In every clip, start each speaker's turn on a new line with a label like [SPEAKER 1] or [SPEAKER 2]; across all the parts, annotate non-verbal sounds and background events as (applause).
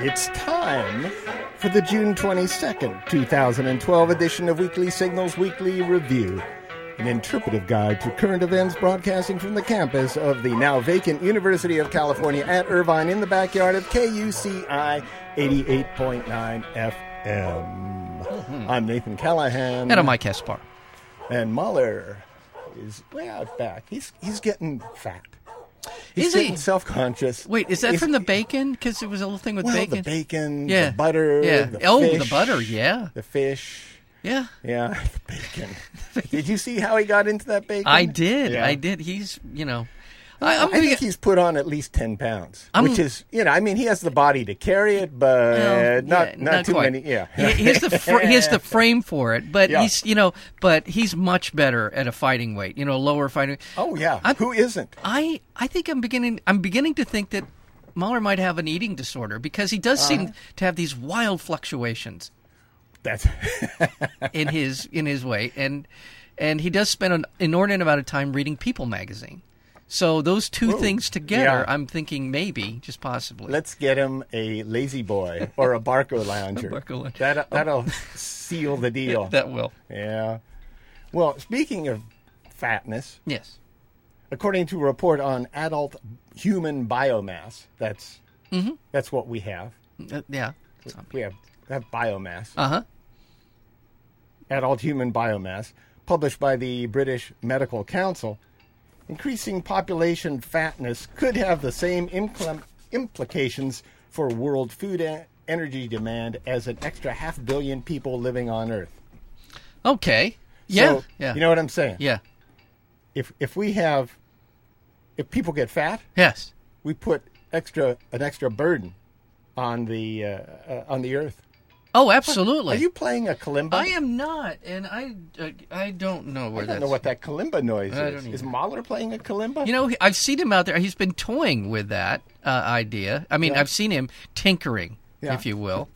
[SPEAKER 1] it's time for the June 22nd, 2012 edition of Weekly Signals Weekly Review, an interpretive guide to current events broadcasting from the campus of the now vacant University of California at Irvine in the backyard of KUCI 88.9 FM. I'm Nathan Callahan.
[SPEAKER 2] Mm-hmm. And I'm Mike Espar.
[SPEAKER 1] And Muller is way out back. He's he's getting fat. He's
[SPEAKER 2] Is he?
[SPEAKER 1] getting self-conscious.
[SPEAKER 2] Wait, is that
[SPEAKER 1] He's-
[SPEAKER 2] from the bacon? Because it was a little thing with
[SPEAKER 1] well,
[SPEAKER 2] bacon.
[SPEAKER 1] the bacon,
[SPEAKER 2] Yeah.
[SPEAKER 1] the butter,
[SPEAKER 2] Yeah.
[SPEAKER 1] the
[SPEAKER 2] Oh, the
[SPEAKER 1] fish,
[SPEAKER 2] butter, yeah.
[SPEAKER 1] the fish,
[SPEAKER 2] Yeah,
[SPEAKER 1] yeah, (laughs) the bacon. did you see how he got into that bacon?
[SPEAKER 2] I did.
[SPEAKER 1] Yeah.
[SPEAKER 2] I did. He's, you know, I, I'm
[SPEAKER 1] I
[SPEAKER 2] gonna
[SPEAKER 1] think
[SPEAKER 2] get-
[SPEAKER 1] he's put on at least ten pounds,
[SPEAKER 2] I'm-
[SPEAKER 1] which is you know, I mean, he has the body to carry it, but
[SPEAKER 2] well,
[SPEAKER 1] not
[SPEAKER 2] yeah,
[SPEAKER 1] not, too
[SPEAKER 2] quite.
[SPEAKER 1] many. Yeah,
[SPEAKER 2] he, he has the fr- he has the frame for it, but
[SPEAKER 1] Yeah.
[SPEAKER 2] he's you know, but he's much better at a fighting weight. You know, lower fighting.
[SPEAKER 1] (laughs) oh yeah,
[SPEAKER 2] I'm-
[SPEAKER 1] who isn't?
[SPEAKER 2] I I think I'm beginning I'm beginning to think that Mahler might have an eating disorder because he
[SPEAKER 1] Uh-huh.
[SPEAKER 2] does seem to have these wild fluctuations.
[SPEAKER 1] That's (laughs)
[SPEAKER 2] in his in his way, and and he does spend an inordinate amount of time reading People magazine. So those two things together,
[SPEAKER 1] Yeah.
[SPEAKER 2] I'm thinking maybe just possibly.
[SPEAKER 1] let's get him a lazy boy or a
[SPEAKER 2] (laughs)
[SPEAKER 1] Barco lounger.
[SPEAKER 2] Barco Lounger. Oh.
[SPEAKER 1] That that'll seal the deal.
[SPEAKER 2] (laughs) that will
[SPEAKER 1] yeah. Well, speaking of fatness.
[SPEAKER 2] yes.
[SPEAKER 1] according to a report on adult human biomass, that's
[SPEAKER 2] Mm-hmm.
[SPEAKER 1] that's what we have.
[SPEAKER 2] Uh, yeah.
[SPEAKER 1] We have have biomass,
[SPEAKER 2] Uh huh.
[SPEAKER 1] adult human biomass, published by the British Medical Council. Increasing population fatness could have the same inclem- implications for world food en- energy demand as an extra half billion people living on Earth.
[SPEAKER 2] Okay. Yeah.
[SPEAKER 1] So,
[SPEAKER 2] yeah.
[SPEAKER 1] You know what I'm saying?
[SPEAKER 2] yeah.
[SPEAKER 1] If if we have if people get fat,
[SPEAKER 2] Yes.
[SPEAKER 1] we put extra an extra burden on the uh, uh, on the earth.
[SPEAKER 2] Oh, absolutely.
[SPEAKER 1] Are you playing a kalimba?
[SPEAKER 2] I am not, and I uh, I don't know where
[SPEAKER 1] I
[SPEAKER 2] that's.
[SPEAKER 1] don't know what that kalimba noise
[SPEAKER 2] I
[SPEAKER 1] is.
[SPEAKER 2] don't
[SPEAKER 1] Is
[SPEAKER 2] either.
[SPEAKER 1] Mahler playing a kalimba?
[SPEAKER 2] You know, he- I've seen him out there. He's been toying with that uh, idea. I mean,
[SPEAKER 1] Yeah.
[SPEAKER 2] I've seen him tinkering,
[SPEAKER 1] Yeah.
[SPEAKER 2] if you will,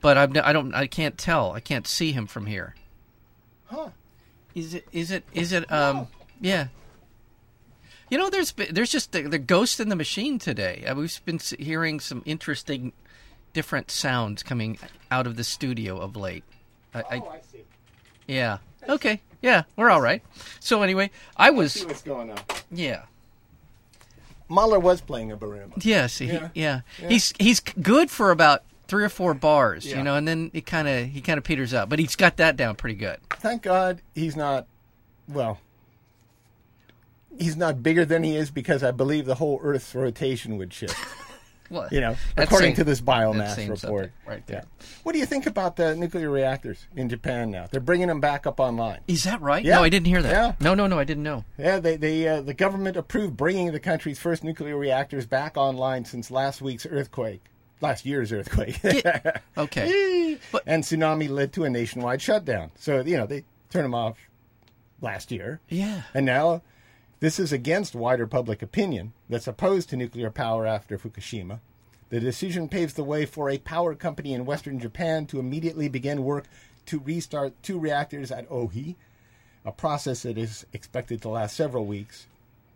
[SPEAKER 2] but I've, n- I don't. I can't tell. I can't see him from here.
[SPEAKER 1] Huh.
[SPEAKER 2] Is it? Is it? Is it? Um. Yeah. You know, there's been, there's just the, the ghost in the machine today. Uh, We've been s- hearing some interesting, different sounds coming out of the studio of late. I, I,
[SPEAKER 1] Oh, I see.
[SPEAKER 2] yeah. Okay. Yeah, we're all right. So anyway, I was.
[SPEAKER 1] See what's going on.
[SPEAKER 2] Yeah.
[SPEAKER 1] Mahler was playing a marimba.
[SPEAKER 2] Yeah, see,
[SPEAKER 1] Yeah.
[SPEAKER 2] He, yeah. he's he's c- good for about three or four bars,
[SPEAKER 1] Yeah.
[SPEAKER 2] you know, and then it kind of he kind of peters out, but he's got that down pretty good.
[SPEAKER 1] Thank God he's not. Well, he's not bigger than he is because I believe the whole Earth's rotation would shift.
[SPEAKER 2] Well,
[SPEAKER 1] You
[SPEAKER 2] (laughs)
[SPEAKER 1] know,
[SPEAKER 2] that's
[SPEAKER 1] according
[SPEAKER 2] saying-
[SPEAKER 1] to this
[SPEAKER 2] that's
[SPEAKER 1] biomass
[SPEAKER 2] saying
[SPEAKER 1] report,
[SPEAKER 2] something right there.
[SPEAKER 1] Yeah. What do you think about the nuclear reactors in Japan now? They're bringing them back up online.
[SPEAKER 2] Is that right?
[SPEAKER 1] Yeah.
[SPEAKER 2] No, I didn't hear that.
[SPEAKER 1] Yeah.
[SPEAKER 2] No, no, no, I didn't know.
[SPEAKER 1] Yeah, they, they, uh, the government approved bringing the country's first nuclear reactors back online since last week's earthquake, last year's earthquake.
[SPEAKER 2] Okay. but-
[SPEAKER 1] and tsunami led to a nationwide shutdown. So, you know, they turned them off last year.
[SPEAKER 2] Yeah.
[SPEAKER 1] And now this is against wider public opinion that's opposed to nuclear power after Fukushima. The decision paves the way for a power company in western Japan to immediately begin work to restart two reactors at Ohi, a process that is expected to last several weeks.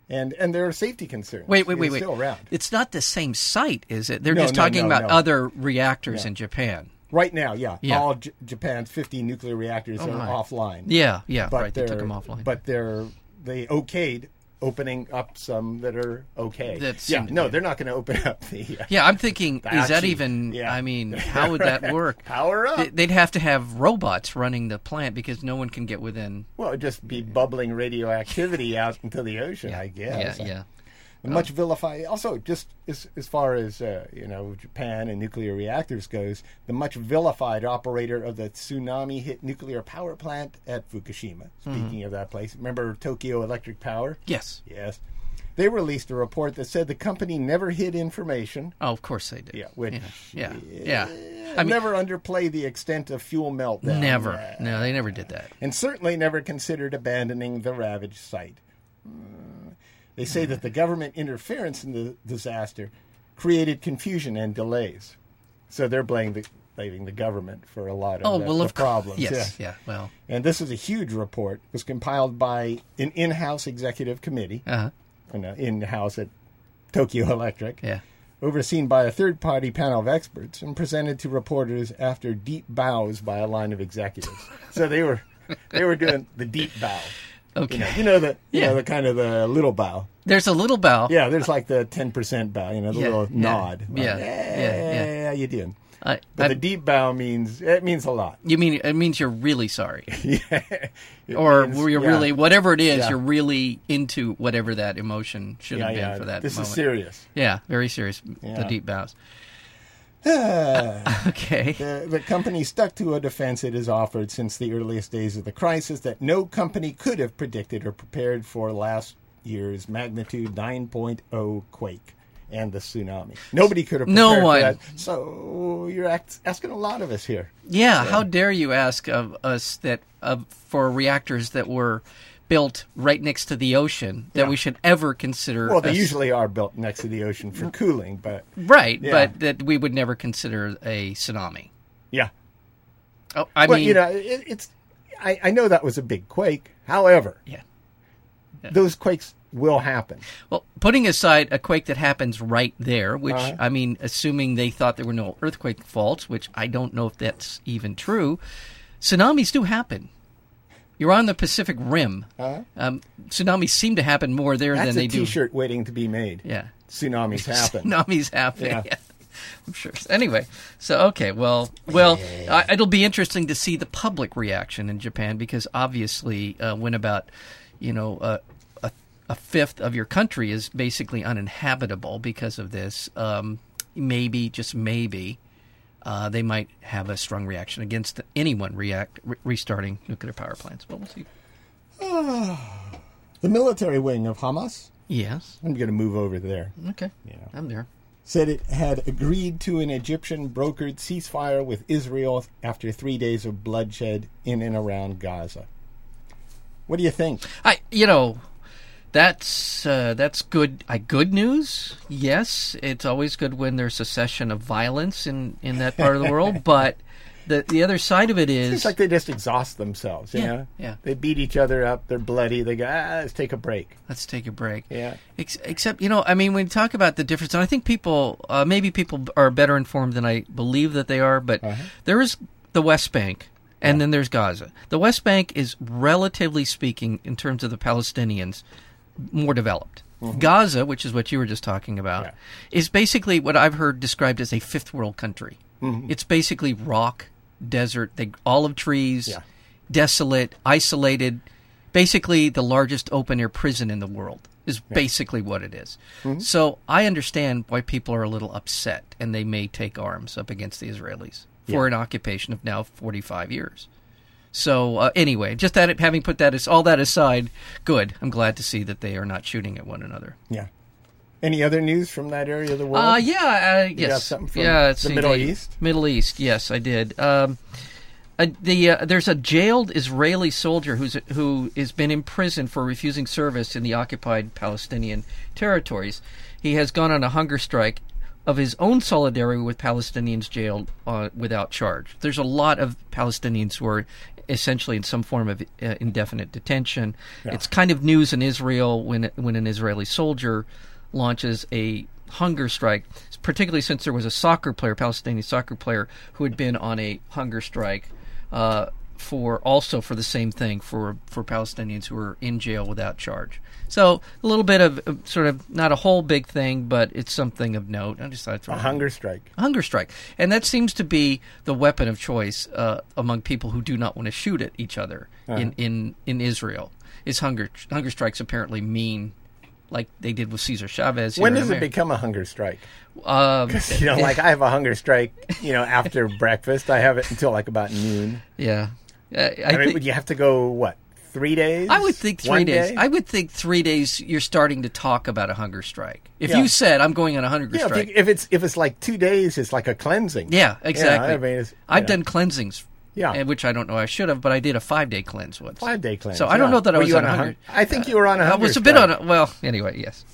[SPEAKER 1] And and there are safety concerns.
[SPEAKER 2] Wait, wait,
[SPEAKER 1] It's
[SPEAKER 2] wait, wait.
[SPEAKER 1] Still around.
[SPEAKER 2] It's not the same site, is it? They're
[SPEAKER 1] No,
[SPEAKER 2] just
[SPEAKER 1] no,
[SPEAKER 2] talking
[SPEAKER 1] no,
[SPEAKER 2] about
[SPEAKER 1] no.
[SPEAKER 2] other reactors in Japan.
[SPEAKER 1] Right now, yeah.
[SPEAKER 2] Yeah. Oh,
[SPEAKER 1] All J- Japan's 50 nuclear reactors are
[SPEAKER 2] my.
[SPEAKER 1] offline.
[SPEAKER 2] Yeah, yeah,
[SPEAKER 1] But
[SPEAKER 2] right. They took
[SPEAKER 1] they're-
[SPEAKER 2] them offline.
[SPEAKER 1] But they're they okayed opening up some that are okay.
[SPEAKER 2] That
[SPEAKER 1] yeah,
[SPEAKER 2] seem to
[SPEAKER 1] no,
[SPEAKER 2] be-
[SPEAKER 1] they're not going to open (laughs) up the. Uh,
[SPEAKER 2] yeah, I'm thinking, is that
[SPEAKER 1] Actually,
[SPEAKER 2] even?
[SPEAKER 1] yeah. (laughs)
[SPEAKER 2] I mean, how would that work?
[SPEAKER 1] Power up.
[SPEAKER 2] They- They'd have to have robots running the plant because no one can get within.
[SPEAKER 1] Well, it'd just be bubbling
[SPEAKER 2] (laughs)
[SPEAKER 1] radioactivity out into the ocean, I guess. Uh,
[SPEAKER 2] Yeah, Um, yeah.
[SPEAKER 1] Much vilify. Also, just as as far as uh, you know, Japan and nuclear reactors goes, the much vilified operator of the tsunami-hit nuclear power plant at Fukushima.
[SPEAKER 2] Hmm.
[SPEAKER 1] Speaking of that place, remember Tokyo Electric Power?
[SPEAKER 2] Yes.
[SPEAKER 1] Yes. They released a report that said the company never hid information.
[SPEAKER 2] Oh, of course they did.
[SPEAKER 1] Yeah, which
[SPEAKER 2] Yeah. Yeah.
[SPEAKER 1] I
[SPEAKER 2] I mean,
[SPEAKER 1] never underplay the extent of fuel meltdown.
[SPEAKER 2] never.
[SPEAKER 1] Yeah.
[SPEAKER 2] No, they never did that.
[SPEAKER 1] And certainly never considered abandoning the ravaged site. Mm. They say that the government interference in the disaster created confusion and delays. So they're blaming the, blaming the government for a lot of
[SPEAKER 2] Oh,
[SPEAKER 1] the,
[SPEAKER 2] well,
[SPEAKER 1] the
[SPEAKER 2] of cour-
[SPEAKER 1] problems.
[SPEAKER 2] Yes.
[SPEAKER 1] Yeah.
[SPEAKER 2] Yeah. Well,
[SPEAKER 1] And this is a huge report. It was compiled by an in house executive committee
[SPEAKER 2] uh
[SPEAKER 1] in house at Tokyo Electric
[SPEAKER 2] yeah.
[SPEAKER 1] overseen by a third party panel of experts and presented to reporters after deep bows by a line of
[SPEAKER 2] (laughs)
[SPEAKER 1] executives. so they were they were doing the deep bow.
[SPEAKER 2] Okay.
[SPEAKER 1] You know, you know the you
[SPEAKER 2] Yeah.
[SPEAKER 1] know the kind of the little bow.
[SPEAKER 2] There's a little bow.
[SPEAKER 1] Yeah, there's like the ten percent bow, you know, the
[SPEAKER 2] Yeah,
[SPEAKER 1] little
[SPEAKER 2] yeah,
[SPEAKER 1] nod. Like,
[SPEAKER 2] yeah,
[SPEAKER 1] yeah,
[SPEAKER 2] yeah, yeah.
[SPEAKER 1] how you doing?
[SPEAKER 2] I,
[SPEAKER 1] But
[SPEAKER 2] Uh, I-
[SPEAKER 1] the deep bow means it means a lot.
[SPEAKER 2] you mean it means you're really sorry,
[SPEAKER 1] (laughs) yeah. It
[SPEAKER 2] or
[SPEAKER 1] means-
[SPEAKER 2] you're
[SPEAKER 1] yeah.
[SPEAKER 2] really whatever it is.
[SPEAKER 1] Yeah.
[SPEAKER 2] You're really into whatever that emotion should
[SPEAKER 1] yeah,
[SPEAKER 2] have been
[SPEAKER 1] yeah.
[SPEAKER 2] for that
[SPEAKER 1] This
[SPEAKER 2] moment.
[SPEAKER 1] is serious.
[SPEAKER 2] Yeah, very serious. The
[SPEAKER 1] Yeah.
[SPEAKER 2] deep
[SPEAKER 1] (sighs)
[SPEAKER 2] bows. (laughs)
[SPEAKER 1] Ah.
[SPEAKER 2] Okay.
[SPEAKER 1] The, the company stuck to a defense it has offered since the earliest days of the crisis that no company could have predicted or prepared for last year's magnitude 9.0 quake and the tsunami. Nobody could have prepared
[SPEAKER 2] No
[SPEAKER 1] for
[SPEAKER 2] one.
[SPEAKER 1] that. So you're act- asking a lot of us here.
[SPEAKER 2] Yeah, how dare you ask of us that of for reactors that were built right next to the ocean that we should ever consider
[SPEAKER 1] Well, they
[SPEAKER 2] a-
[SPEAKER 1] usually are built next to the ocean
[SPEAKER 2] Mm.
[SPEAKER 1] for cooling, but
[SPEAKER 2] right,
[SPEAKER 1] Yeah.
[SPEAKER 2] but that we would never consider a tsunami.
[SPEAKER 1] yeah.
[SPEAKER 2] Oh, I
[SPEAKER 1] But
[SPEAKER 2] mean,
[SPEAKER 1] you know, it, it's I, I know that was a big quake. However,
[SPEAKER 2] yeah.
[SPEAKER 1] those quakes will happen.
[SPEAKER 2] Well, putting aside a quake that happens right there, which
[SPEAKER 1] Uh-huh.
[SPEAKER 2] I mean, assuming they thought there were no earthquake faults, which I don't know if that's even true, tsunamis do happen. You're on the Pacific Rim. Um, tsunamis seem to happen more there
[SPEAKER 1] Uh-huh. That's
[SPEAKER 2] than
[SPEAKER 1] a
[SPEAKER 2] they do.
[SPEAKER 1] t-shirt waiting to be made.
[SPEAKER 2] Yeah.
[SPEAKER 1] Tsunamis happen.
[SPEAKER 2] (laughs) Tsunamis happen.
[SPEAKER 1] Yeah.
[SPEAKER 2] yeah. (laughs) I'm sure. Anyway, so okay, well, well, I, it'll be interesting to see the public reaction in Japan because obviously, uh, when about you know uh, a, a fifth of your country is basically uninhabitable because of this, um, maybe just maybe uh, they might have a strong reaction against anyone react re- restarting nuclear power plants. But we'll see.
[SPEAKER 1] The military wing of Hamas,
[SPEAKER 2] Yes.
[SPEAKER 1] I'm going to move over there,
[SPEAKER 2] Okay.
[SPEAKER 1] Yeah.
[SPEAKER 2] I'm there.
[SPEAKER 1] said it had agreed to an Egyptian brokered ceasefire with Israel after three days of bloodshed in and around Gaza. What do you think?
[SPEAKER 2] I you know that's uh, that's good uh, good news. Yes, it's always good when there's a cessation of violence in in that part of the world, but the the other side of it
[SPEAKER 1] It's
[SPEAKER 2] is
[SPEAKER 1] like they just exhaust themselves, you
[SPEAKER 2] Yeah,
[SPEAKER 1] know?
[SPEAKER 2] yeah.
[SPEAKER 1] They beat each other up, they're bloody, they go, ah, let's take a break.
[SPEAKER 2] let's take a break.
[SPEAKER 1] Yeah.
[SPEAKER 2] Ex- except you know, I mean, when you talk about the difference, and I think people uh, maybe people are better informed than I believe that they are, but
[SPEAKER 1] Uh-huh.
[SPEAKER 2] there is the West Bank. And then there's Gaza. The West Bank is, relatively speaking, in terms of the Palestinians, more developed. Gaza, which is what you were just talking about,
[SPEAKER 1] Mm-hmm. Yeah.
[SPEAKER 2] is basically what I've heard described as a fifth world country.
[SPEAKER 1] Mm-hmm.
[SPEAKER 2] It's basically rock, desert, they, olive trees,
[SPEAKER 1] Yeah.
[SPEAKER 2] desolate, isolated. Basically, the largest open air prison in the world is basically what it is. So I understand why people are a little upset and they may take arms up against the Israelis for an occupation of now 45 years. So uh, anyway, just that having put that as all that aside, good. I'm glad to see that they are not shooting at one another.
[SPEAKER 1] Yeah. Any other news from that area of the world?
[SPEAKER 2] Uh, yeah, uh, yes,
[SPEAKER 1] got something from
[SPEAKER 2] yeah. let's
[SPEAKER 1] the
[SPEAKER 2] see,
[SPEAKER 1] Middle East?
[SPEAKER 2] Middle East. Yes, I did. Um, uh, the uh, there's a jailed Israeli soldier who's who has been imprisoned for refusing service in the occupied Palestinian territories. He has gone on a hunger strike of his own solidarity with Palestinians jailed uh, without charge. There's a lot of Palestinians who are essentially in some form of uh, indefinite detention. It's kind of news in Israel when when an Israeli soldier launches a hunger strike, particularly since there was a soccer player, Palestinian soccer player, who had been on a hunger strike uh, for also for the same thing for for Palestinians who were in jail without charge. So a little bit of uh, sort of not a whole big thing, but it's something of note. I just thought I'd throw
[SPEAKER 1] a
[SPEAKER 2] it in.
[SPEAKER 1] hunger strike.
[SPEAKER 2] Hunger strike, and that seems to be the weapon of choice uh, among people who do not want to shoot at each other
[SPEAKER 1] Uh-huh.
[SPEAKER 2] in, in, in Israel. Is hunger hunger strikes apparently mean, like they did with Cesar Chavez? here
[SPEAKER 1] When
[SPEAKER 2] in
[SPEAKER 1] does it
[SPEAKER 2] America.
[SPEAKER 1] become a hunger strike? (laughs)
[SPEAKER 2] Um,
[SPEAKER 1] You know, like I have a hunger strike, you know,
[SPEAKER 2] (laughs)
[SPEAKER 1] after breakfast. I have it until like about noon.
[SPEAKER 2] yeah, I, I,
[SPEAKER 1] I mean,
[SPEAKER 2] think,
[SPEAKER 1] would you have to go what three days?
[SPEAKER 2] I would think three
[SPEAKER 1] One
[SPEAKER 2] days.
[SPEAKER 1] day?
[SPEAKER 2] I would think three days. You're starting to talk about a hunger strike. If
[SPEAKER 1] Yeah.
[SPEAKER 2] you said I'm going on a hunger
[SPEAKER 1] yeah, if,
[SPEAKER 2] strike,
[SPEAKER 1] you- if it's if it's like two days, it's like a cleansing.
[SPEAKER 2] yeah, exactly.
[SPEAKER 1] I mean, it's,
[SPEAKER 2] I've
[SPEAKER 1] yeah.
[SPEAKER 2] done cleansings.
[SPEAKER 1] Yeah.
[SPEAKER 2] and which I don't know I should have, but I did a five day cleanse once.
[SPEAKER 1] five day cleanse.
[SPEAKER 2] So I don't
[SPEAKER 1] yeah.
[SPEAKER 2] know that I
[SPEAKER 1] Were
[SPEAKER 2] was
[SPEAKER 1] you
[SPEAKER 2] on
[SPEAKER 1] a
[SPEAKER 2] a
[SPEAKER 1] hun-
[SPEAKER 2] hunger-
[SPEAKER 1] I think you were on a
[SPEAKER 2] I
[SPEAKER 1] hunger.
[SPEAKER 2] was a bit on
[SPEAKER 1] strike.
[SPEAKER 2] a well. Anyway, yes,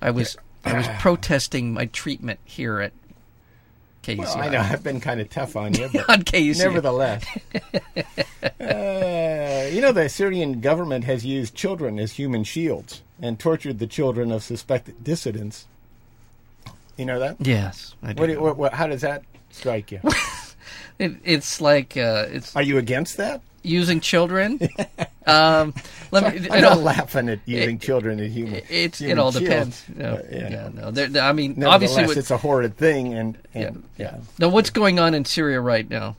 [SPEAKER 2] I was. I was
[SPEAKER 1] (sighs)
[SPEAKER 2] protesting my treatment here at KUCI.
[SPEAKER 1] Well, (laughs) I know I've been kind of tough on you, but
[SPEAKER 2] (laughs) on KUCI. (laughs)
[SPEAKER 1] nevertheless, uh, you know the Syrian government has used children as human shields and tortured the children of suspected dissidents You know that?
[SPEAKER 2] Yes, I do.
[SPEAKER 1] What, do you- what, what, how does that strike
[SPEAKER 2] (laughs)
[SPEAKER 1] you?
[SPEAKER 2] It, it's like uh, it's
[SPEAKER 1] Are you against that? (laughs)
[SPEAKER 2] using children. um, let me.
[SPEAKER 1] I'm
[SPEAKER 2] it
[SPEAKER 1] not
[SPEAKER 2] all-
[SPEAKER 1] laughing at using children as human.
[SPEAKER 2] It's
[SPEAKER 1] human
[SPEAKER 2] it all
[SPEAKER 1] shields,
[SPEAKER 2] depends. No,
[SPEAKER 1] but,
[SPEAKER 2] yeah.
[SPEAKER 1] Uh, yeah.
[SPEAKER 2] no. There, there- I mean, obviously,
[SPEAKER 1] Obviously,
[SPEAKER 2] what,
[SPEAKER 1] it's a horrid thing, and,
[SPEAKER 2] yeah,
[SPEAKER 1] and yeah,
[SPEAKER 2] Now, what's going on in Syria right now?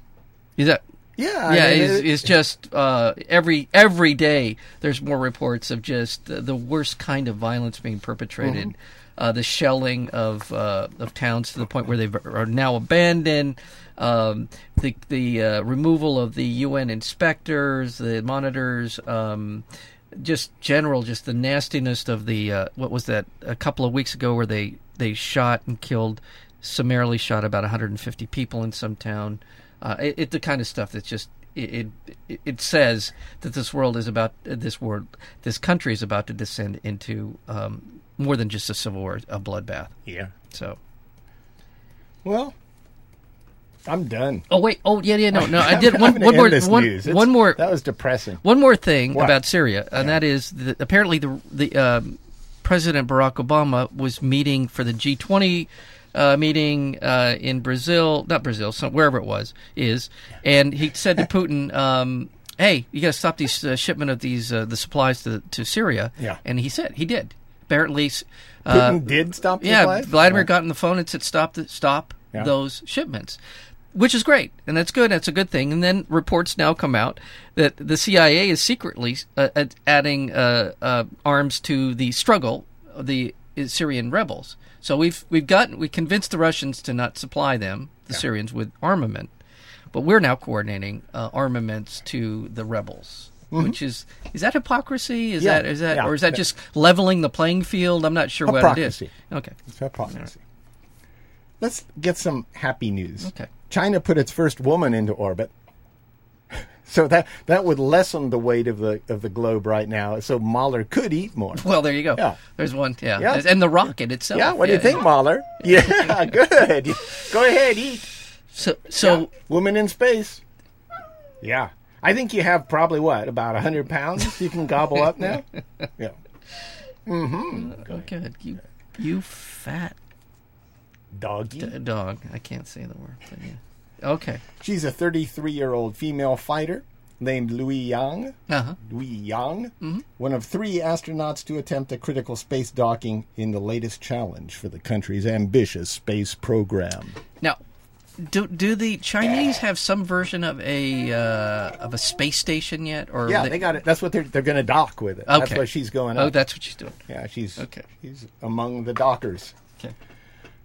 [SPEAKER 2] Is that
[SPEAKER 1] yeah, I
[SPEAKER 2] yeah?
[SPEAKER 1] mean,
[SPEAKER 2] Is
[SPEAKER 1] it-
[SPEAKER 2] is just uh, every every day there's more reports of just the, the worst kind of violence being perpetrated.
[SPEAKER 1] Mm-hmm.
[SPEAKER 2] Uh, the shelling of uh, of towns to the point where they are now abandoned. Um, the the uh, removal of the UN inspectors, the monitors. Um, just general, just the nastiness of the uh, what was that a couple of weeks ago where they they shot and killed summarily shot about 150 people in some town. Uh, it, it the kind of stuff that's just it, it it says that this world is about this world this country is about to descend into um, more than just a civil war, a bloodbath.
[SPEAKER 1] yeah.
[SPEAKER 2] So.
[SPEAKER 1] Well, I'm done.
[SPEAKER 2] Oh wait! Oh yeah, yeah, no, no. I did (laughs)
[SPEAKER 1] I'm
[SPEAKER 2] one,
[SPEAKER 1] gonna
[SPEAKER 2] one
[SPEAKER 1] end
[SPEAKER 2] more,
[SPEAKER 1] this
[SPEAKER 2] one,
[SPEAKER 1] news. It's-
[SPEAKER 2] one more.
[SPEAKER 1] That was depressing.
[SPEAKER 2] One more thing
[SPEAKER 1] What?
[SPEAKER 2] about Syria, and that is that apparently the the um, President Barack Obama was meeting for the G20 uh, meeting uh, in Brazil, not Brazil, some, wherever it was, is, and he
[SPEAKER 1] (laughs)
[SPEAKER 2] said to Putin. Um, Hey, you got to stop these uh, shipment of these uh, the supplies to to Syria.
[SPEAKER 1] Yeah.
[SPEAKER 2] and he said he did. Apparently, s- uh,
[SPEAKER 1] Putin did stop the
[SPEAKER 2] yeah,
[SPEAKER 1] life?
[SPEAKER 2] Vladimir got on the phone and said, "Stop, the, stop
[SPEAKER 1] Yeah.
[SPEAKER 2] those shipments," which is great, and that's good. That's a good thing. And then reports now come out that the CIA is secretly uh, ad- adding uh, uh, arms to the struggle of the Syrian rebels. So we've we've gotten we convinced the Russians to not supply them, the Syrians, with armament, but we're now coordinating uh, armaments to the rebels. Which is is that hypocrisy? Is
[SPEAKER 1] Mm-hmm. Yeah,
[SPEAKER 2] that is that
[SPEAKER 1] yeah.
[SPEAKER 2] or is that just leveling the playing field? I'm not sure what it is.
[SPEAKER 1] Hypocrisy.
[SPEAKER 2] Okay.
[SPEAKER 1] It's hypocrisy. Let's get some happy news.
[SPEAKER 2] Okay.
[SPEAKER 1] China put its first woman into orbit. (laughs) So that that would lessen the weight of the of the globe right now. So Mahler could eat more.
[SPEAKER 2] Well, there you go.
[SPEAKER 1] Yeah.
[SPEAKER 2] There's one. Yeah.
[SPEAKER 1] Yeah.
[SPEAKER 2] And the rocket itself.
[SPEAKER 1] Yeah, what do you think, Mahler? Yeah, (laughs) good. Go ahead, eat.
[SPEAKER 2] So, so
[SPEAKER 1] Woman in space. Yeah. I think you have probably what, about 100 pounds you can gobble up now? Yeah.
[SPEAKER 2] good. You, you fat
[SPEAKER 1] Doggy.
[SPEAKER 2] d- dog. I can't say the word. But yeah. Okay.
[SPEAKER 1] She's a 33 year old female fighter named Louis Yang.
[SPEAKER 2] Uh huh.
[SPEAKER 1] Louis Yang, one of three astronauts to attempt a critical space docking in the latest challenge for the country's ambitious space program.
[SPEAKER 2] Now, do do the Chinese have some version of a uh, of a space station yet? Or
[SPEAKER 1] Yeah, they, got it. That's what they're they're going to dock with it. That's
[SPEAKER 2] Okay.
[SPEAKER 1] why she's going up.
[SPEAKER 2] Oh, that's what she's doing.
[SPEAKER 1] yeah, she's
[SPEAKER 2] Okay.
[SPEAKER 1] She's among the dockers.
[SPEAKER 2] Okay.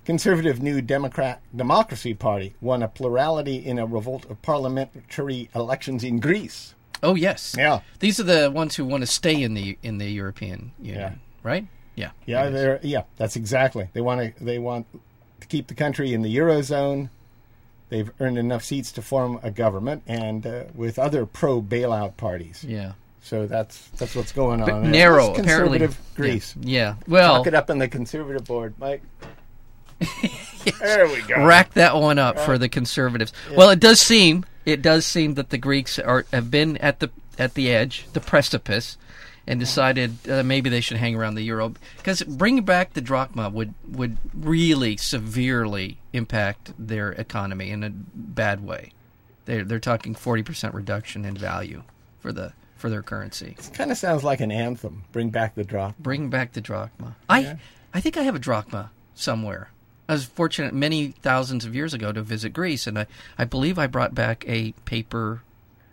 [SPEAKER 1] Conservative New Democrat Democracy Party won a plurality in a revolt of parliamentary elections in Greece.
[SPEAKER 2] Oh yes.
[SPEAKER 1] Yeah.
[SPEAKER 2] These are the ones who want to stay in the in the European Union,
[SPEAKER 1] Yeah.
[SPEAKER 2] right? Yeah.
[SPEAKER 1] Yeah, they're yeah, that's exactly. They want to they want to keep the country in the eurozone. They've earned enough seats to form a government and uh, with other pro bailout parties.
[SPEAKER 2] Yeah.
[SPEAKER 1] So that's that's what's going on. And
[SPEAKER 2] Narrow,
[SPEAKER 1] it's
[SPEAKER 2] apparently.
[SPEAKER 1] conservative Greece.
[SPEAKER 2] Yeah. yeah. Well,
[SPEAKER 1] Look it up on the conservative board,
[SPEAKER 2] (laughs)
[SPEAKER 1] Mike. There we go.
[SPEAKER 2] rack that one up for the conservatives. Well, it does seem it does seem that the Greeks are have been at the at the edge, the precipice, and decided uh, maybe they should hang around the euro because bringing back the drachma would would really severely impact their economy in a bad way. They're they're talking forty percent reduction in value for the for their currency.
[SPEAKER 1] Kind of sounds like an anthem. Bring back the drop.
[SPEAKER 2] Bring back the drachma. I I think I have a drachma somewhere. I was fortunate many thousands of years ago to visit Greece, and I, I believe I brought back a paper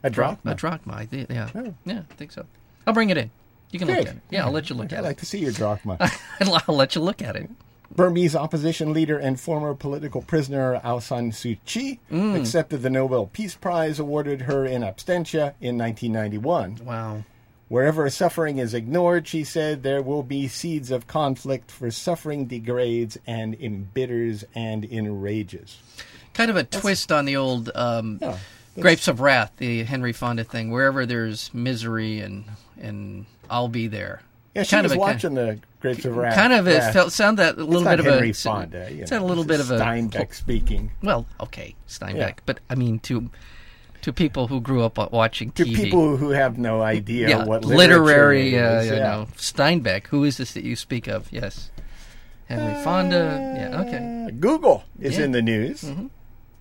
[SPEAKER 1] A drop.
[SPEAKER 2] a drachma. I thi- yeah, yeah, I think so. I'll bring it in. You can look
[SPEAKER 1] Good.
[SPEAKER 2] at it. Yeah, I'll let you look
[SPEAKER 1] I'd
[SPEAKER 2] at
[SPEAKER 1] like to see your drachma.
[SPEAKER 2] it. (laughs) I'll let you look at it.
[SPEAKER 1] Burmese opposition leader and former political prisoner Aung San Suu Kyi
[SPEAKER 2] Mm.
[SPEAKER 1] accepted the Nobel Peace Prize awarded her in absentia in 1991.
[SPEAKER 2] Wow.
[SPEAKER 1] Wherever suffering is ignored, she said, there will be seeds of conflict, for suffering degrades and embitters and enrages.
[SPEAKER 2] kind of a twist on the old um,
[SPEAKER 1] Yeah,
[SPEAKER 2] Grapes of Wrath, the Henry Fonda thing. Wherever there's misery and and I'll be there.
[SPEAKER 1] Yeah, she
[SPEAKER 2] Kind
[SPEAKER 1] was
[SPEAKER 2] of a-
[SPEAKER 1] watching the Grapes of Wrath.
[SPEAKER 2] Kind of it
[SPEAKER 1] Wrath.
[SPEAKER 2] felt sound that a
[SPEAKER 1] It's
[SPEAKER 2] little
[SPEAKER 1] not
[SPEAKER 2] bit
[SPEAKER 1] Henry
[SPEAKER 2] of a
[SPEAKER 1] Fonda. you
[SPEAKER 2] It's
[SPEAKER 1] know,
[SPEAKER 2] a little
[SPEAKER 1] this
[SPEAKER 2] bit
[SPEAKER 1] is
[SPEAKER 2] of a
[SPEAKER 1] Steinbeck speaking.
[SPEAKER 2] Well, okay, Steinbeck,
[SPEAKER 1] Yeah.
[SPEAKER 2] but I mean to to people who grew up watching
[SPEAKER 1] To
[SPEAKER 2] TV,
[SPEAKER 1] people who have no idea
[SPEAKER 2] yeah,
[SPEAKER 1] what literature
[SPEAKER 2] literary, uh,
[SPEAKER 1] is,
[SPEAKER 2] you
[SPEAKER 1] yeah.
[SPEAKER 2] know, Steinbeck. Who is this that you speak of? Yes, Henry Fonda. Yeah, okay.
[SPEAKER 1] Uh, Google is
[SPEAKER 2] Yeah. Mm-hmm.
[SPEAKER 1] in the news. In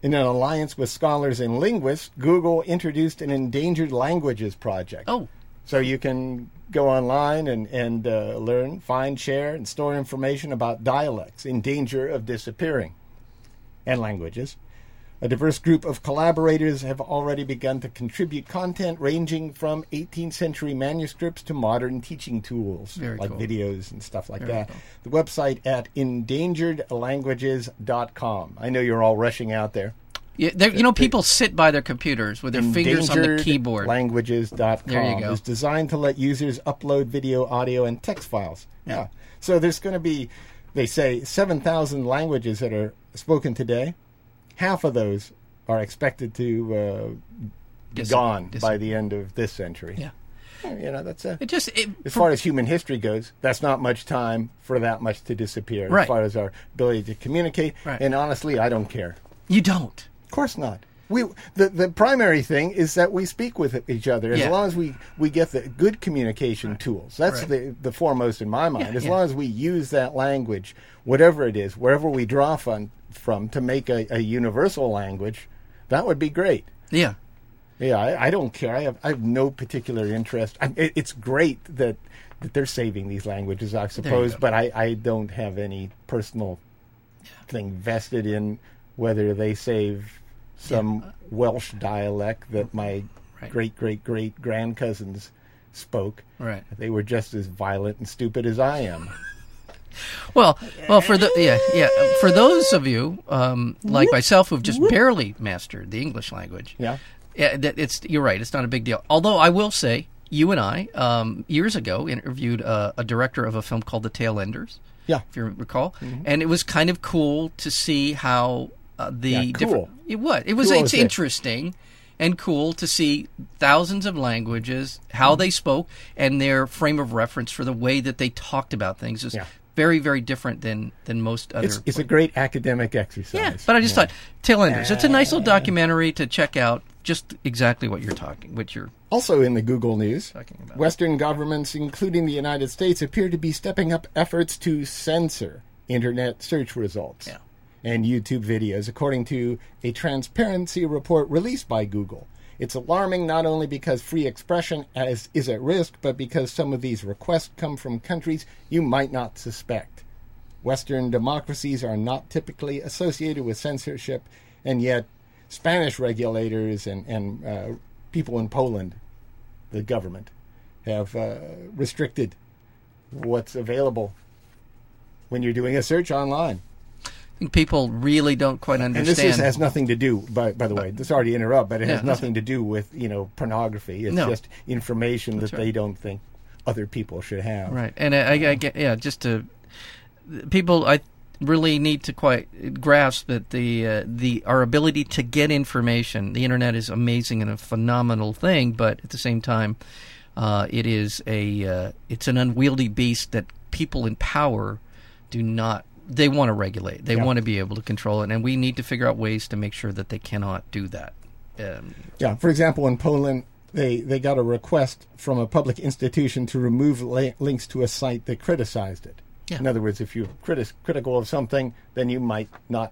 [SPEAKER 1] an alliance with scholars and linguists, Google introduced an endangered languages project.
[SPEAKER 2] Oh,
[SPEAKER 1] So you can go online and, and uh, learn, find, share, and store information about dialects in danger of disappearing and languages. A diverse group of collaborators have already begun to contribute content ranging from 18th century manuscripts to modern teaching tools
[SPEAKER 2] Very
[SPEAKER 1] like
[SPEAKER 2] cool.
[SPEAKER 1] videos and stuff like
[SPEAKER 2] Very
[SPEAKER 1] that.
[SPEAKER 2] cool.
[SPEAKER 1] The website at endangeredlanguages.com. I know you're all rushing out there.
[SPEAKER 2] yeah, there, you know, people sit by their computers with their fingers on the keyboard.
[SPEAKER 1] Languages.com
[SPEAKER 2] There you go.
[SPEAKER 1] is designed to let users upload video, audio, and text files. Yeah. So there's going to be, they say, 7,000 languages that are spoken today. Half of those are expected to uh, be
[SPEAKER 2] Dis-
[SPEAKER 1] gone
[SPEAKER 2] dis-
[SPEAKER 1] by the end of this century.
[SPEAKER 2] Yeah.
[SPEAKER 1] Yeah, You know, that's a.
[SPEAKER 2] It just it,
[SPEAKER 1] As far as human history goes, that's not much time for that much to disappear. As
[SPEAKER 2] Right.
[SPEAKER 1] far as our ability to communicate,
[SPEAKER 2] Right.
[SPEAKER 1] and honestly, I don't care.
[SPEAKER 2] you don't.
[SPEAKER 1] Of course not. We the, the primary thing is that we speak with each other. As
[SPEAKER 2] Yeah.
[SPEAKER 1] long as we, we get the good communication tools, that's
[SPEAKER 2] Right.
[SPEAKER 1] the, the foremost in my mind.
[SPEAKER 2] Yeah,
[SPEAKER 1] as
[SPEAKER 2] yeah.
[SPEAKER 1] long as we use that language, whatever it is, wherever we draw from, from to make a, a universal language, that would be great.
[SPEAKER 2] Yeah.
[SPEAKER 1] Yeah, I, I don't care. I have I have no particular interest. I, it, it's great that that they're saving these languages, I suppose,
[SPEAKER 2] go.
[SPEAKER 1] but I, I don't have any personal thing vested in whether they save some Welsh dialect that my
[SPEAKER 2] Right.
[SPEAKER 1] great great great grand cousins spoke.
[SPEAKER 2] Right.
[SPEAKER 1] They were just as violent and stupid as I
[SPEAKER 2] (laughs)
[SPEAKER 1] am.
[SPEAKER 2] Well, well, for the yeah, yeah, for those of you um, like myself who've just barely mastered the English language,
[SPEAKER 1] Yeah.
[SPEAKER 2] yeah, that it's you're right. It's not a big deal. Although I will say, you and I um, years ago interviewed uh, a director of a film called The Tailenders.
[SPEAKER 1] Yeah.
[SPEAKER 2] if you recall,
[SPEAKER 1] Mm-hmm.
[SPEAKER 2] and it was kind of cool to see how uh, the
[SPEAKER 1] Yeah,
[SPEAKER 2] different.
[SPEAKER 1] cool.
[SPEAKER 2] It was. It was.
[SPEAKER 1] Cool
[SPEAKER 2] it's
[SPEAKER 1] is it.
[SPEAKER 2] interesting and cool to see thousands of languages, how
[SPEAKER 1] Mm-hmm.
[SPEAKER 2] they spoke, and their frame of reference for the way that they talked about things is
[SPEAKER 1] Yeah.
[SPEAKER 2] very, very different than than most other.
[SPEAKER 1] It's, it's a great academic exercise.
[SPEAKER 2] yeah, but I just thought Tailenders. It's a nice little documentary to check out. Just exactly what you're talking. What you're.
[SPEAKER 1] Also in the Google news,
[SPEAKER 2] Talking about-
[SPEAKER 1] Western governments, including the United States, appear to be stepping up efforts to censor internet search results
[SPEAKER 2] Yeah.
[SPEAKER 1] and YouTube videos, according to a transparency report released by Google. It's alarming not only because free expression as, is at risk, but because some of these requests come from countries you might not suspect. Western democracies are not typically associated with censorship, and yet Spanish regulators and, and uh, people in Poland, the government, have uh, restricted what's available when you're doing a search online.
[SPEAKER 2] I think people really don't quite
[SPEAKER 1] And this
[SPEAKER 2] understand.
[SPEAKER 1] is, has nothing to do, by, by the way, sorry to interrupt, but it
[SPEAKER 2] Yeah,
[SPEAKER 1] has
[SPEAKER 2] that's
[SPEAKER 1] nothing to do with, you know, pornography. It's
[SPEAKER 2] No.
[SPEAKER 1] just information that
[SPEAKER 2] right.
[SPEAKER 1] they don't think other people should have.
[SPEAKER 2] Right, and I, I, I get yeah. Just to people, I really need to quite grasp that the uh, the our ability to get information. The internet is amazing and a phenomenal thing, but at the same time, uh, it is a uh, it's an unwieldy beast that people in power do not. They want to regulate. They
[SPEAKER 1] Yeah.
[SPEAKER 2] want to be able to control it, and we need to figure out ways to make sure that they cannot do that. Um,
[SPEAKER 1] Yeah. For example, in Poland, they, they got a request from a public institution to remove la- links to a site that criticized it.
[SPEAKER 2] Yeah.
[SPEAKER 1] In other words, if you're critis- critical of something, then you might not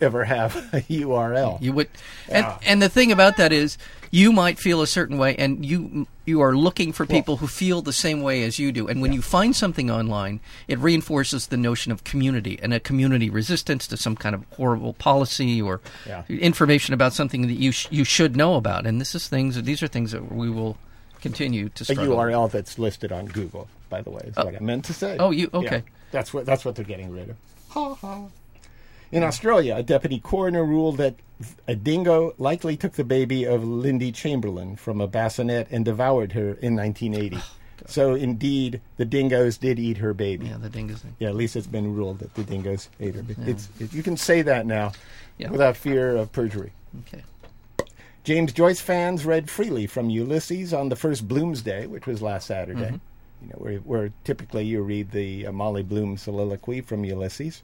[SPEAKER 1] ever have (laughs) a URL.
[SPEAKER 2] You would, and, and the thing about that is, you might feel a certain way, and you you are looking for people who feel the same way as you do. And when you find something online, it reinforces the notion of community and a community resistance to some kind of horrible policy or
[SPEAKER 1] Yeah.
[SPEAKER 2] information about something that you sh- you should know about. And this is things. These are things that we will continue to
[SPEAKER 1] a
[SPEAKER 2] struggle.
[SPEAKER 1] URL that's listed on Google, by the way, is what I meant to say.
[SPEAKER 2] Oh, you-
[SPEAKER 1] Yeah.
[SPEAKER 2] okay.
[SPEAKER 1] that's what that's what they're getting rid of. Ha ha. In Australia, a deputy coroner ruled that a dingo likely took the baby of Lindy Chamberlain from a bassinet and devoured her in 1980.
[SPEAKER 2] Oh,
[SPEAKER 1] so indeed, the dingoes did eat her baby.
[SPEAKER 2] Yeah, the dingus thing.
[SPEAKER 1] Yeah, at least it's been ruled that the dingoes ate her. baby. It's, it, you can say that now
[SPEAKER 2] Yeah.
[SPEAKER 1] without fear of perjury.
[SPEAKER 2] Okay.
[SPEAKER 1] James Joyce fans read freely from Ulysses on the first Bloomsday, which was last Saturday.
[SPEAKER 2] Mm-hmm.
[SPEAKER 1] You know, where, where typically you read the uh, Molly Bloom soliloquy from Ulysses.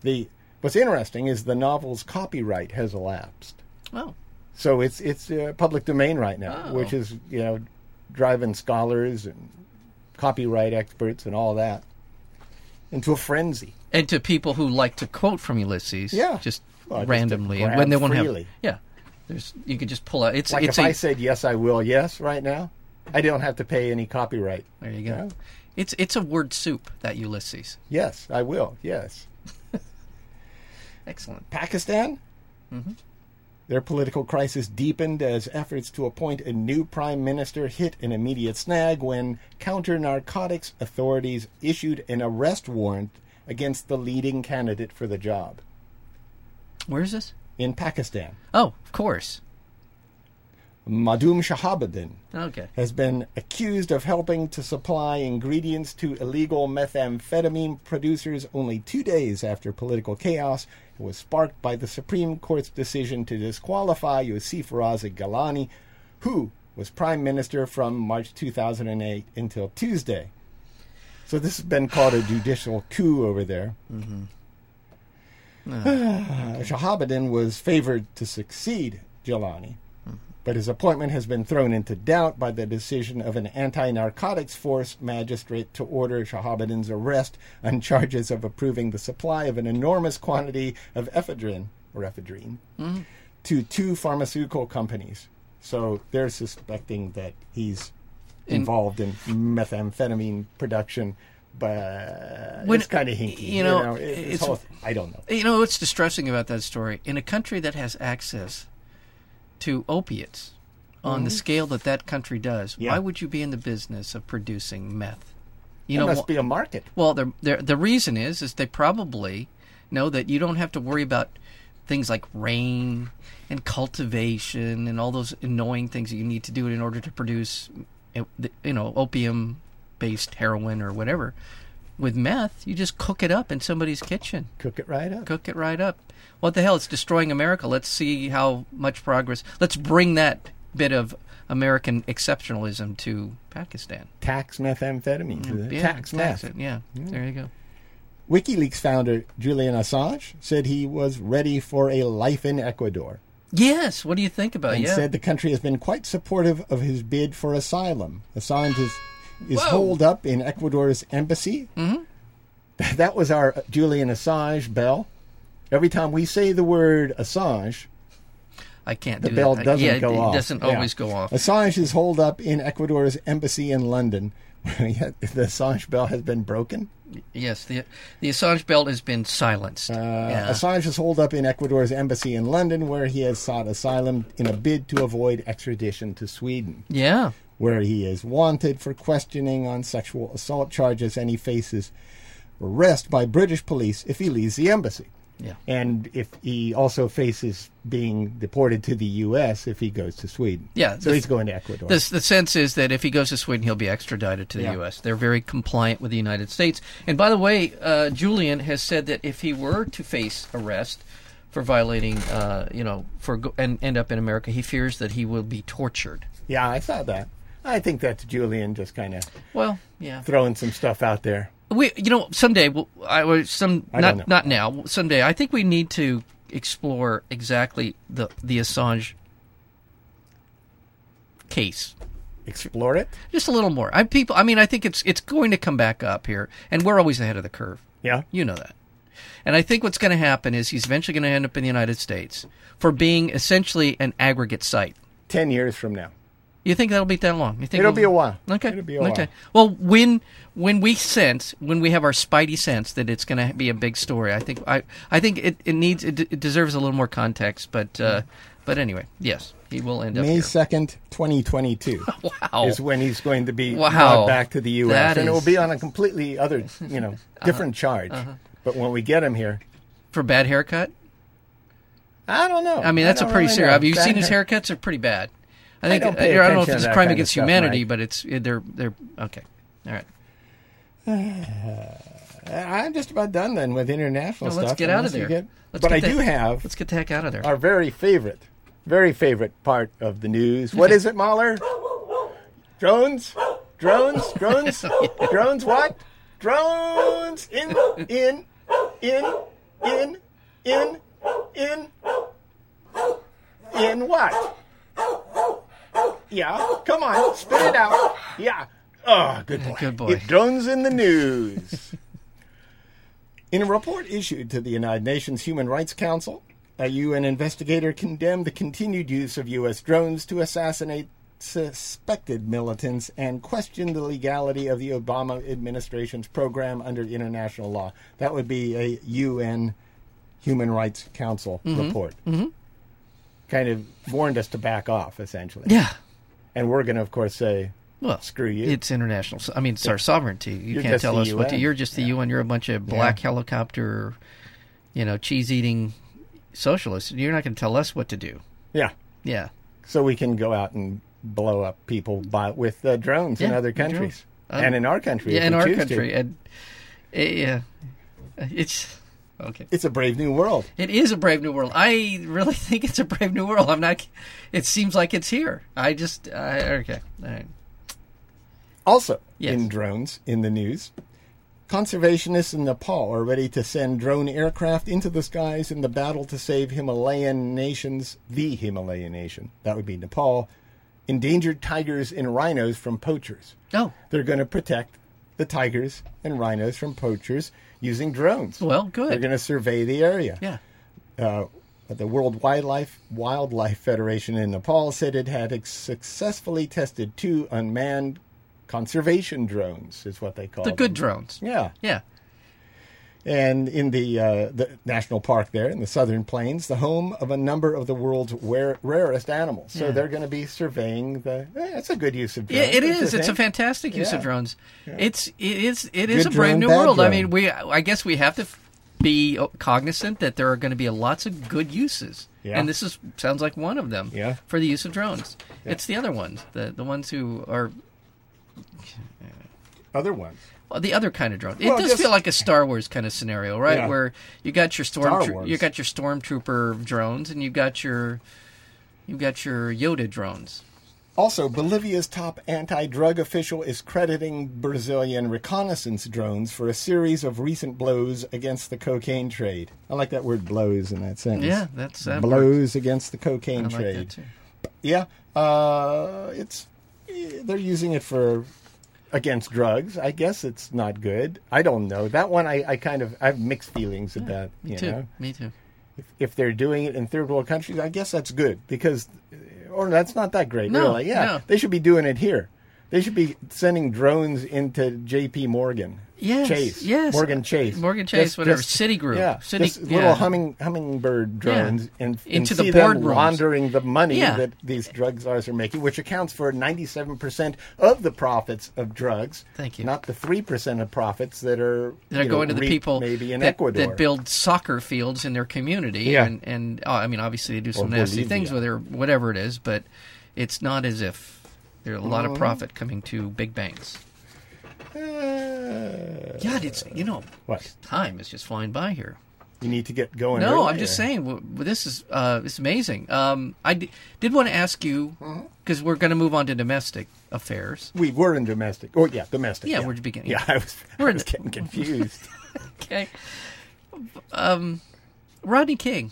[SPEAKER 1] The what's interesting is the novel's copyright has elapsed,
[SPEAKER 2] Well,
[SPEAKER 1] so it's it's uh, public domain right now,
[SPEAKER 2] Oh.
[SPEAKER 1] which is you know driving scholars and copyright experts and all that into a frenzy.
[SPEAKER 2] and to people who like to quote from Ulysses,
[SPEAKER 1] Yeah.
[SPEAKER 2] just
[SPEAKER 1] Well, just to
[SPEAKER 2] randomly and
[SPEAKER 1] grab
[SPEAKER 2] when they won't
[SPEAKER 1] freely.
[SPEAKER 2] have, yeah, there's you could just pull out. It's
[SPEAKER 1] Like
[SPEAKER 2] it's
[SPEAKER 1] if I
[SPEAKER 2] a,
[SPEAKER 1] said yes, I will, yes, right now, I don't have to pay any copyright.
[SPEAKER 2] there you go.
[SPEAKER 1] Yeah.
[SPEAKER 2] It's it's a word soup that Ulysses.
[SPEAKER 1] Yes, I will. Yes.
[SPEAKER 2] Excellent.
[SPEAKER 1] Pakistan? Their political crisis deepened as efforts to appoint a new prime minister hit an immediate snag when counter narcotics authorities issued an arrest warrant against the leading candidate for the job
[SPEAKER 2] Where is this?
[SPEAKER 1] in Pakistan.
[SPEAKER 2] Oh, of course.
[SPEAKER 1] Madhum Shahabuddin
[SPEAKER 2] Okay.
[SPEAKER 1] has been accused of helping to supply ingredients to illegal methamphetamine producers only two days after political chaos was sparked by the Supreme Court's decision to disqualify Yosef Raza Galani, who was prime minister from March 2008 until Tuesday. So this has been called a judicial coup over there. Shahabuddin was favored to succeed Jelani, but his appointment has been thrown into doubt by the decision of an anti narcotics force magistrate to order Shahabuddin's arrest on charges of approving the supply of an enormous quantity of ephedrine, or ephedrine,
[SPEAKER 2] Mm-hmm.
[SPEAKER 1] to two pharmaceutical companies. So they're suspecting that he's involved in methamphetamine production. But
[SPEAKER 2] When-
[SPEAKER 1] it's kind of hinky,
[SPEAKER 2] you know,
[SPEAKER 1] it- it's
[SPEAKER 2] it's-
[SPEAKER 1] whole- I don't know.
[SPEAKER 2] You know what's distressing about that story? In a country that has access to opiates on the scale that that country does,
[SPEAKER 1] Mm-hmm. Yeah.
[SPEAKER 2] why would you be in the business of producing meth? You
[SPEAKER 1] There
[SPEAKER 2] know,
[SPEAKER 1] must be a market.
[SPEAKER 2] well, the the the reason is is they probably know that you don't have to worry about things like rain and cultivation and all those annoying things that you need to do in order to produce, uh, the- you know, opium based heroin or whatever. With meth, you just cook it up in somebody's kitchen
[SPEAKER 1] Cook it right up.
[SPEAKER 2] cook it right up. What the hell? It's destroying America. Let's see how much progress. Let's bring that bit of American exceptionalism to Pakistan.
[SPEAKER 1] Tax methamphetamine.
[SPEAKER 2] Mm-hmm. Yeah,
[SPEAKER 1] tax meth.
[SPEAKER 2] it. Yeah, there you go.
[SPEAKER 1] WikiLeaks founder Julian Assange said he was ready for a life in Ecuador
[SPEAKER 2] Yes. What do you think about?
[SPEAKER 1] and
[SPEAKER 2] yeah.
[SPEAKER 1] said the country has been quite supportive of his bid for asylum. Assange is, is
[SPEAKER 2] Whoa.
[SPEAKER 1] holed up in Ecuador's embassy. Mm-hmm. (laughs) That was our Julian Assange bell. Every time we say the word Assange,
[SPEAKER 2] I can't
[SPEAKER 1] the
[SPEAKER 2] do
[SPEAKER 1] bell
[SPEAKER 2] that. I-
[SPEAKER 1] doesn't
[SPEAKER 2] yeah,
[SPEAKER 1] go
[SPEAKER 2] it,
[SPEAKER 1] off.
[SPEAKER 2] It doesn't
[SPEAKER 1] Yeah.
[SPEAKER 2] always go off.
[SPEAKER 1] Assange is holed up in Ecuador's embassy in London. (laughs) the Assange bell has been broken.
[SPEAKER 2] Yes. The the Assange belt has been silenced.
[SPEAKER 1] Uh,
[SPEAKER 2] yeah.
[SPEAKER 1] Assange is holed up in Ecuador's embassy in London, where he has sought asylum in a bid to avoid extradition to Sweden,
[SPEAKER 2] yeah.
[SPEAKER 1] where he is wanted for questioning on sexual assault charges, and he faces arrest by British police if he leaves the embassy.
[SPEAKER 2] Yeah.
[SPEAKER 1] And if he also faces being deported to the U.S. if he goes to Sweden.
[SPEAKER 2] Yeah,
[SPEAKER 1] So
[SPEAKER 2] the-
[SPEAKER 1] he's going to Ecuador.
[SPEAKER 2] The, the sense is that if he goes to Sweden, he'll be extradited to the
[SPEAKER 1] Yeah.
[SPEAKER 2] U.S. They're very compliant with the United States. And by the way, uh, Julian has said that if he were to face arrest for violating, uh, you know, for go- and end up in America, he fears that he will be tortured.
[SPEAKER 1] yeah, I saw that. I think that's Julian just kind of
[SPEAKER 2] Well, yeah,
[SPEAKER 1] throwing some stuff out there.
[SPEAKER 2] we, you know, someday, we'll, I was some
[SPEAKER 1] I don't
[SPEAKER 2] not not now, someday. I think we need to explore exactly the the Assange case.
[SPEAKER 1] Explore it.
[SPEAKER 2] just a little more. I people. I mean, I think it's it's going to come back up here, and we're always ahead of the curve.
[SPEAKER 1] Yeah.
[SPEAKER 2] You know that. And I think what's going to happen is he's eventually going to end up in the United States for being essentially an aggregate site.
[SPEAKER 1] Ten years from now.
[SPEAKER 2] You think that'll be that long? You think
[SPEAKER 1] It'll be a while.
[SPEAKER 2] Okay.
[SPEAKER 1] It'll be a
[SPEAKER 2] okay. Well, when when we sense when we have our spidey sense that it's going to be a big story, I think I I think it, it needs it, it deserves a little more context. But uh, but anyway, yes, he will end up
[SPEAKER 1] May
[SPEAKER 2] here.
[SPEAKER 1] second, twenty twenty two.
[SPEAKER 2] (laughs) Wow.
[SPEAKER 1] Is when he's going to be
[SPEAKER 2] Wow.
[SPEAKER 1] brought back to the U.S.
[SPEAKER 2] That
[SPEAKER 1] and it will
[SPEAKER 2] is- Uh-huh.
[SPEAKER 1] be on a completely other, you
[SPEAKER 2] (laughs)
[SPEAKER 1] know, different charge. But when we get him here,
[SPEAKER 2] for bad haircut.
[SPEAKER 1] I don't know.
[SPEAKER 2] I mean, that's a
[SPEAKER 1] don't
[SPEAKER 2] pretty
[SPEAKER 1] really
[SPEAKER 2] serious.
[SPEAKER 1] know.
[SPEAKER 2] Have you
[SPEAKER 1] That-
[SPEAKER 2] seen his haircuts? Are pretty bad. I think uh, I
[SPEAKER 1] don't
[SPEAKER 2] don't,
[SPEAKER 1] pay
[SPEAKER 2] know if
[SPEAKER 1] attention to
[SPEAKER 2] it's
[SPEAKER 1] that
[SPEAKER 2] crime
[SPEAKER 1] kind of
[SPEAKER 2] against
[SPEAKER 1] stuff,
[SPEAKER 2] humanity,
[SPEAKER 1] Mike.
[SPEAKER 2] but it's they're they're okay. All right.
[SPEAKER 1] I'm just about done then with international
[SPEAKER 2] No,
[SPEAKER 1] stuff.
[SPEAKER 2] let's get out of
[SPEAKER 1] unless you
[SPEAKER 2] there.
[SPEAKER 1] get-
[SPEAKER 2] Let's
[SPEAKER 1] but
[SPEAKER 2] get
[SPEAKER 1] I
[SPEAKER 2] that-
[SPEAKER 1] do have
[SPEAKER 2] Let's get the heck out of there.
[SPEAKER 1] our very favorite, very favorite part of the news. What is it, Mahler? Drones? Drones? Drones? Drones what? Drones in, in, in, in, in, in, in what? Yeah, come on, spit it out. Yeah. Oh, good boy.
[SPEAKER 2] Good boy.
[SPEAKER 1] It drones in the news. In a report issued to the United Nations Human Rights Council, a UN investigator condemned the continued use of U.S. drones to assassinate suspected militants and questioned the legality of the Obama administration's program under international law. That would be a UN Human Rights Council
[SPEAKER 2] Mm-hmm.
[SPEAKER 1] report. Kind of warned us to back off, essentially.
[SPEAKER 2] Yeah.
[SPEAKER 1] And we're going to, of course, say,
[SPEAKER 2] Well,
[SPEAKER 1] Screw you.
[SPEAKER 2] It's international. I mean, it's our sovereignty. You
[SPEAKER 1] You're
[SPEAKER 2] can't
[SPEAKER 1] just
[SPEAKER 2] tell
[SPEAKER 1] the
[SPEAKER 2] us what to.
[SPEAKER 1] UN.
[SPEAKER 2] You're just the UN. You're a bunch of black helicopter, you know, cheese eating socialists. You're not going to tell us what to do.
[SPEAKER 1] yeah,
[SPEAKER 2] Yeah.
[SPEAKER 1] so we can go out and blow up people by, with uh, drones in
[SPEAKER 2] Yeah,
[SPEAKER 1] other
[SPEAKER 2] with drones.
[SPEAKER 1] countries.
[SPEAKER 2] Uh,
[SPEAKER 1] and in our country. if
[SPEAKER 2] yeah, in
[SPEAKER 1] we
[SPEAKER 2] our
[SPEAKER 1] choose to.
[SPEAKER 2] country. And uh, yeah, it's okay.
[SPEAKER 1] It's a brave new world.
[SPEAKER 2] It is a brave new world. I really (laughs) think it's a brave new world. I'm not. It seems like it's here. I just I, okay. All right.
[SPEAKER 1] Also,
[SPEAKER 2] Yes.
[SPEAKER 1] in drones, in the news, conservationists in Nepal are ready to send drone aircraft into the skies in the battle to save Himalayan nations, the Himalayan nation, that would be Nepal, endangered tigers and rhinos from poachers.
[SPEAKER 2] Oh
[SPEAKER 1] They're going to protect the tigers and rhinos from poachers using drones.
[SPEAKER 2] well,
[SPEAKER 1] They're
[SPEAKER 2] good.
[SPEAKER 1] going to survey the area.
[SPEAKER 2] Yeah.
[SPEAKER 1] uh, the World Wildlife Wildlife Federation in Nepal said it had ex- successfully tested two unmanned conservation drones, is what they call
[SPEAKER 2] The good
[SPEAKER 1] them.
[SPEAKER 2] drones.
[SPEAKER 1] Yeah,
[SPEAKER 2] Yeah.
[SPEAKER 1] and in the uh, the national park there in the Southern Plains, the home of a number of the world's rare, rarest animals. So
[SPEAKER 2] Yeah.
[SPEAKER 1] they're going to be surveying the. eh, That's a good use of
[SPEAKER 2] Yeah,
[SPEAKER 1] drones.
[SPEAKER 2] it
[SPEAKER 1] don't you
[SPEAKER 2] is. It's a
[SPEAKER 1] think?
[SPEAKER 2] fantastic use of
[SPEAKER 1] Yeah.
[SPEAKER 2] drones. It's it is it is
[SPEAKER 1] Good
[SPEAKER 2] a brave
[SPEAKER 1] drone,
[SPEAKER 2] new
[SPEAKER 1] bad
[SPEAKER 2] world. I
[SPEAKER 1] drone.
[SPEAKER 2] mean, we I guess we have to f- be cognizant that there are going to be lots of good uses,
[SPEAKER 1] Yeah.
[SPEAKER 2] and this is sounds like one of them.
[SPEAKER 1] Yeah.
[SPEAKER 2] for the use of drones, it's the other ones, the the ones who are
[SPEAKER 1] Other ones.
[SPEAKER 2] well, the other kind of drone. It
[SPEAKER 1] Well,
[SPEAKER 2] does
[SPEAKER 1] just-
[SPEAKER 2] feel like a Star Wars kind of scenario, right?
[SPEAKER 1] Yeah.
[SPEAKER 2] Where you got your
[SPEAKER 1] Star
[SPEAKER 2] storm
[SPEAKER 1] Wars.
[SPEAKER 2] you got your stormtrooper drones, and you got your you got your Yoda drones.
[SPEAKER 1] Also, Bolivia's top anti drug official is crediting Brazilian reconnaissance drones for a series of recent blows against the cocaine trade. I like that word blows in that sentence.
[SPEAKER 2] Yeah, that's that works.
[SPEAKER 1] blows against the cocaine
[SPEAKER 2] I like
[SPEAKER 1] trade.
[SPEAKER 2] that too.
[SPEAKER 1] Yeah, uh, it's eh, they're using it for against drugs. I guess it's not good. I don't know. That one I, I kind of I have mixed feelings about,
[SPEAKER 2] Me
[SPEAKER 1] you
[SPEAKER 2] too.
[SPEAKER 1] know
[SPEAKER 2] Me too.
[SPEAKER 1] if they're doing it in third world countries, I guess that's good because, or that's not that great,
[SPEAKER 2] No,
[SPEAKER 1] really. Yeah,
[SPEAKER 2] no.
[SPEAKER 1] they should be doing it here. They should be sending drones into J.P. Morgan.
[SPEAKER 2] Yes,
[SPEAKER 1] Chase.
[SPEAKER 2] yes.
[SPEAKER 1] Morgan Chase.
[SPEAKER 2] Morgan Chase, whatever. Citigroup.
[SPEAKER 1] Yeah,
[SPEAKER 2] Citi-
[SPEAKER 1] just little
[SPEAKER 2] yeah.
[SPEAKER 1] humming hummingbird drones and, and
[SPEAKER 2] Into the
[SPEAKER 1] see them
[SPEAKER 2] boardrooms.
[SPEAKER 1] laundering the money
[SPEAKER 2] Yeah.
[SPEAKER 1] that these drug czars are making, which accounts for ninety-seven percent of the profits of drugs.
[SPEAKER 2] Thank you.
[SPEAKER 1] Not the three percent of profits that are
[SPEAKER 2] They're
[SPEAKER 1] you know,
[SPEAKER 2] going to the
[SPEAKER 1] reaped
[SPEAKER 2] people
[SPEAKER 1] maybe in
[SPEAKER 2] that,
[SPEAKER 1] Ecuador
[SPEAKER 2] that build soccer fields in their community,
[SPEAKER 1] Yeah.
[SPEAKER 2] and and oh, I mean, obviously they do some nasty
[SPEAKER 1] Bolivia.
[SPEAKER 2] things with their whatever it is, but it's not as if there's a
[SPEAKER 1] Oh.
[SPEAKER 2] lot of profit coming to big banks.
[SPEAKER 1] Uh,
[SPEAKER 2] God, it's you know,
[SPEAKER 1] What?
[SPEAKER 2] time is just flying by here.
[SPEAKER 1] You need to get going.
[SPEAKER 2] No,
[SPEAKER 1] early,
[SPEAKER 2] I'm just
[SPEAKER 1] or-
[SPEAKER 2] saying w- w- this is uh, it's amazing. Um, I d- did want to ask you
[SPEAKER 1] Uh-huh.
[SPEAKER 2] because we're going to move on to domestic affairs.
[SPEAKER 1] We were in domestic. Oh, yeah, domestic.
[SPEAKER 2] Yeah, we're beginning.
[SPEAKER 1] Yeah, I was,
[SPEAKER 2] We're
[SPEAKER 1] I
[SPEAKER 2] in
[SPEAKER 1] was
[SPEAKER 2] the-
[SPEAKER 1] getting confused. (laughs)
[SPEAKER 2] Okay, um, Rodney King.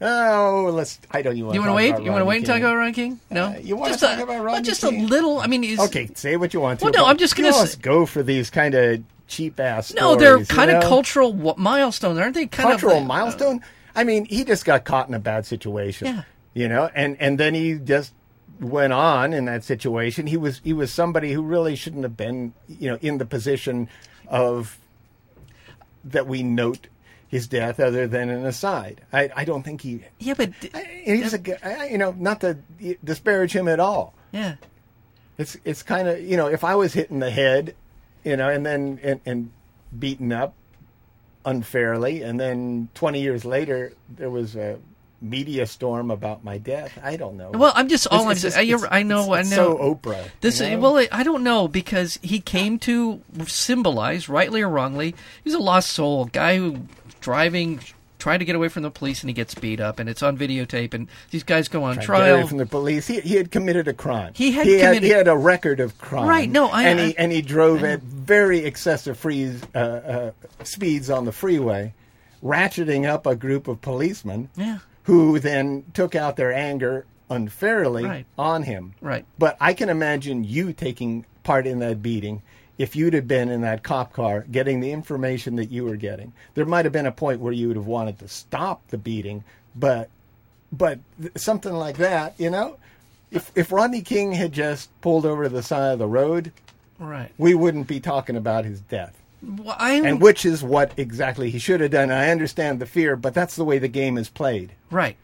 [SPEAKER 1] oh, let's. I don't. You want
[SPEAKER 2] You
[SPEAKER 1] want to
[SPEAKER 2] wait?
[SPEAKER 1] About
[SPEAKER 2] You want to wait and talk
[SPEAKER 1] Rodney
[SPEAKER 2] about Ron King? No.
[SPEAKER 1] Uh, you wanna
[SPEAKER 2] Just
[SPEAKER 1] talk
[SPEAKER 2] a,
[SPEAKER 1] about
[SPEAKER 2] well,
[SPEAKER 1] Rodney
[SPEAKER 2] Just
[SPEAKER 1] King?
[SPEAKER 2] a little. I mean, is,
[SPEAKER 1] King? Okay, say what you want to.
[SPEAKER 2] Well, no,
[SPEAKER 1] but
[SPEAKER 2] I'm just
[SPEAKER 1] you
[SPEAKER 2] gonna
[SPEAKER 1] always
[SPEAKER 2] say-
[SPEAKER 1] go for these kind of cheap ass.
[SPEAKER 2] No, they're kind of cultural w- milestones, aren't they? Kind
[SPEAKER 1] Cultural
[SPEAKER 2] of, uh,
[SPEAKER 1] milestone. I mean, he just got caught in a bad situation.
[SPEAKER 2] Yeah.
[SPEAKER 1] You know, and and then he just went on in that situation. He was he was somebody who really shouldn't have been, you know, in the position of that we note his death other than an aside. I I don't think he
[SPEAKER 2] Yeah, but d-
[SPEAKER 1] I- he's a g- I- you know not to disparage him at all.
[SPEAKER 2] yeah,
[SPEAKER 1] It's it's kind of you know if I was hit in the head, you know, and then and, and beaten up unfairly, and then twenty years later there was a media storm about my death. I don't know.
[SPEAKER 2] Well, I'm just- all I'm
[SPEAKER 1] just-
[SPEAKER 2] saying- you're- I know-
[SPEAKER 1] it's
[SPEAKER 2] I know.
[SPEAKER 1] So Oprah.
[SPEAKER 2] this.
[SPEAKER 1] you know?
[SPEAKER 2] Well, I don't know because he came to symbolize, rightly or wrongly, he's a lost soul, guy who driving, trying to get away from the police, and he gets beat up, and it's on videotape, and these guys go on
[SPEAKER 1] Get away
[SPEAKER 2] trial.
[SPEAKER 1] from the police. He, he had committed a crime.
[SPEAKER 2] He had
[SPEAKER 1] he
[SPEAKER 2] committed-
[SPEAKER 1] had a record of crime.
[SPEAKER 2] Right, no, I-
[SPEAKER 1] and he
[SPEAKER 2] I-
[SPEAKER 1] and he drove at very excessive freeze, uh, uh, speeds on the freeway, ratcheting up a group of policemen.
[SPEAKER 2] Yeah.
[SPEAKER 1] Who then took out their anger unfairly
[SPEAKER 2] Right.
[SPEAKER 1] on him.
[SPEAKER 2] Right.
[SPEAKER 1] But I can imagine you taking part in that beating if you'd have been in that cop car getting the information that you were getting. There might have been a point where you would have wanted to stop the beating, but but th- something like that, you know, if if Rodney King had just pulled over to the side of the road,
[SPEAKER 2] Right.
[SPEAKER 1] we wouldn't be talking about his death.
[SPEAKER 2] Well, I am
[SPEAKER 1] And which is what exactly he should have done. I understand the fear, but that's the way the game is played.
[SPEAKER 2] right.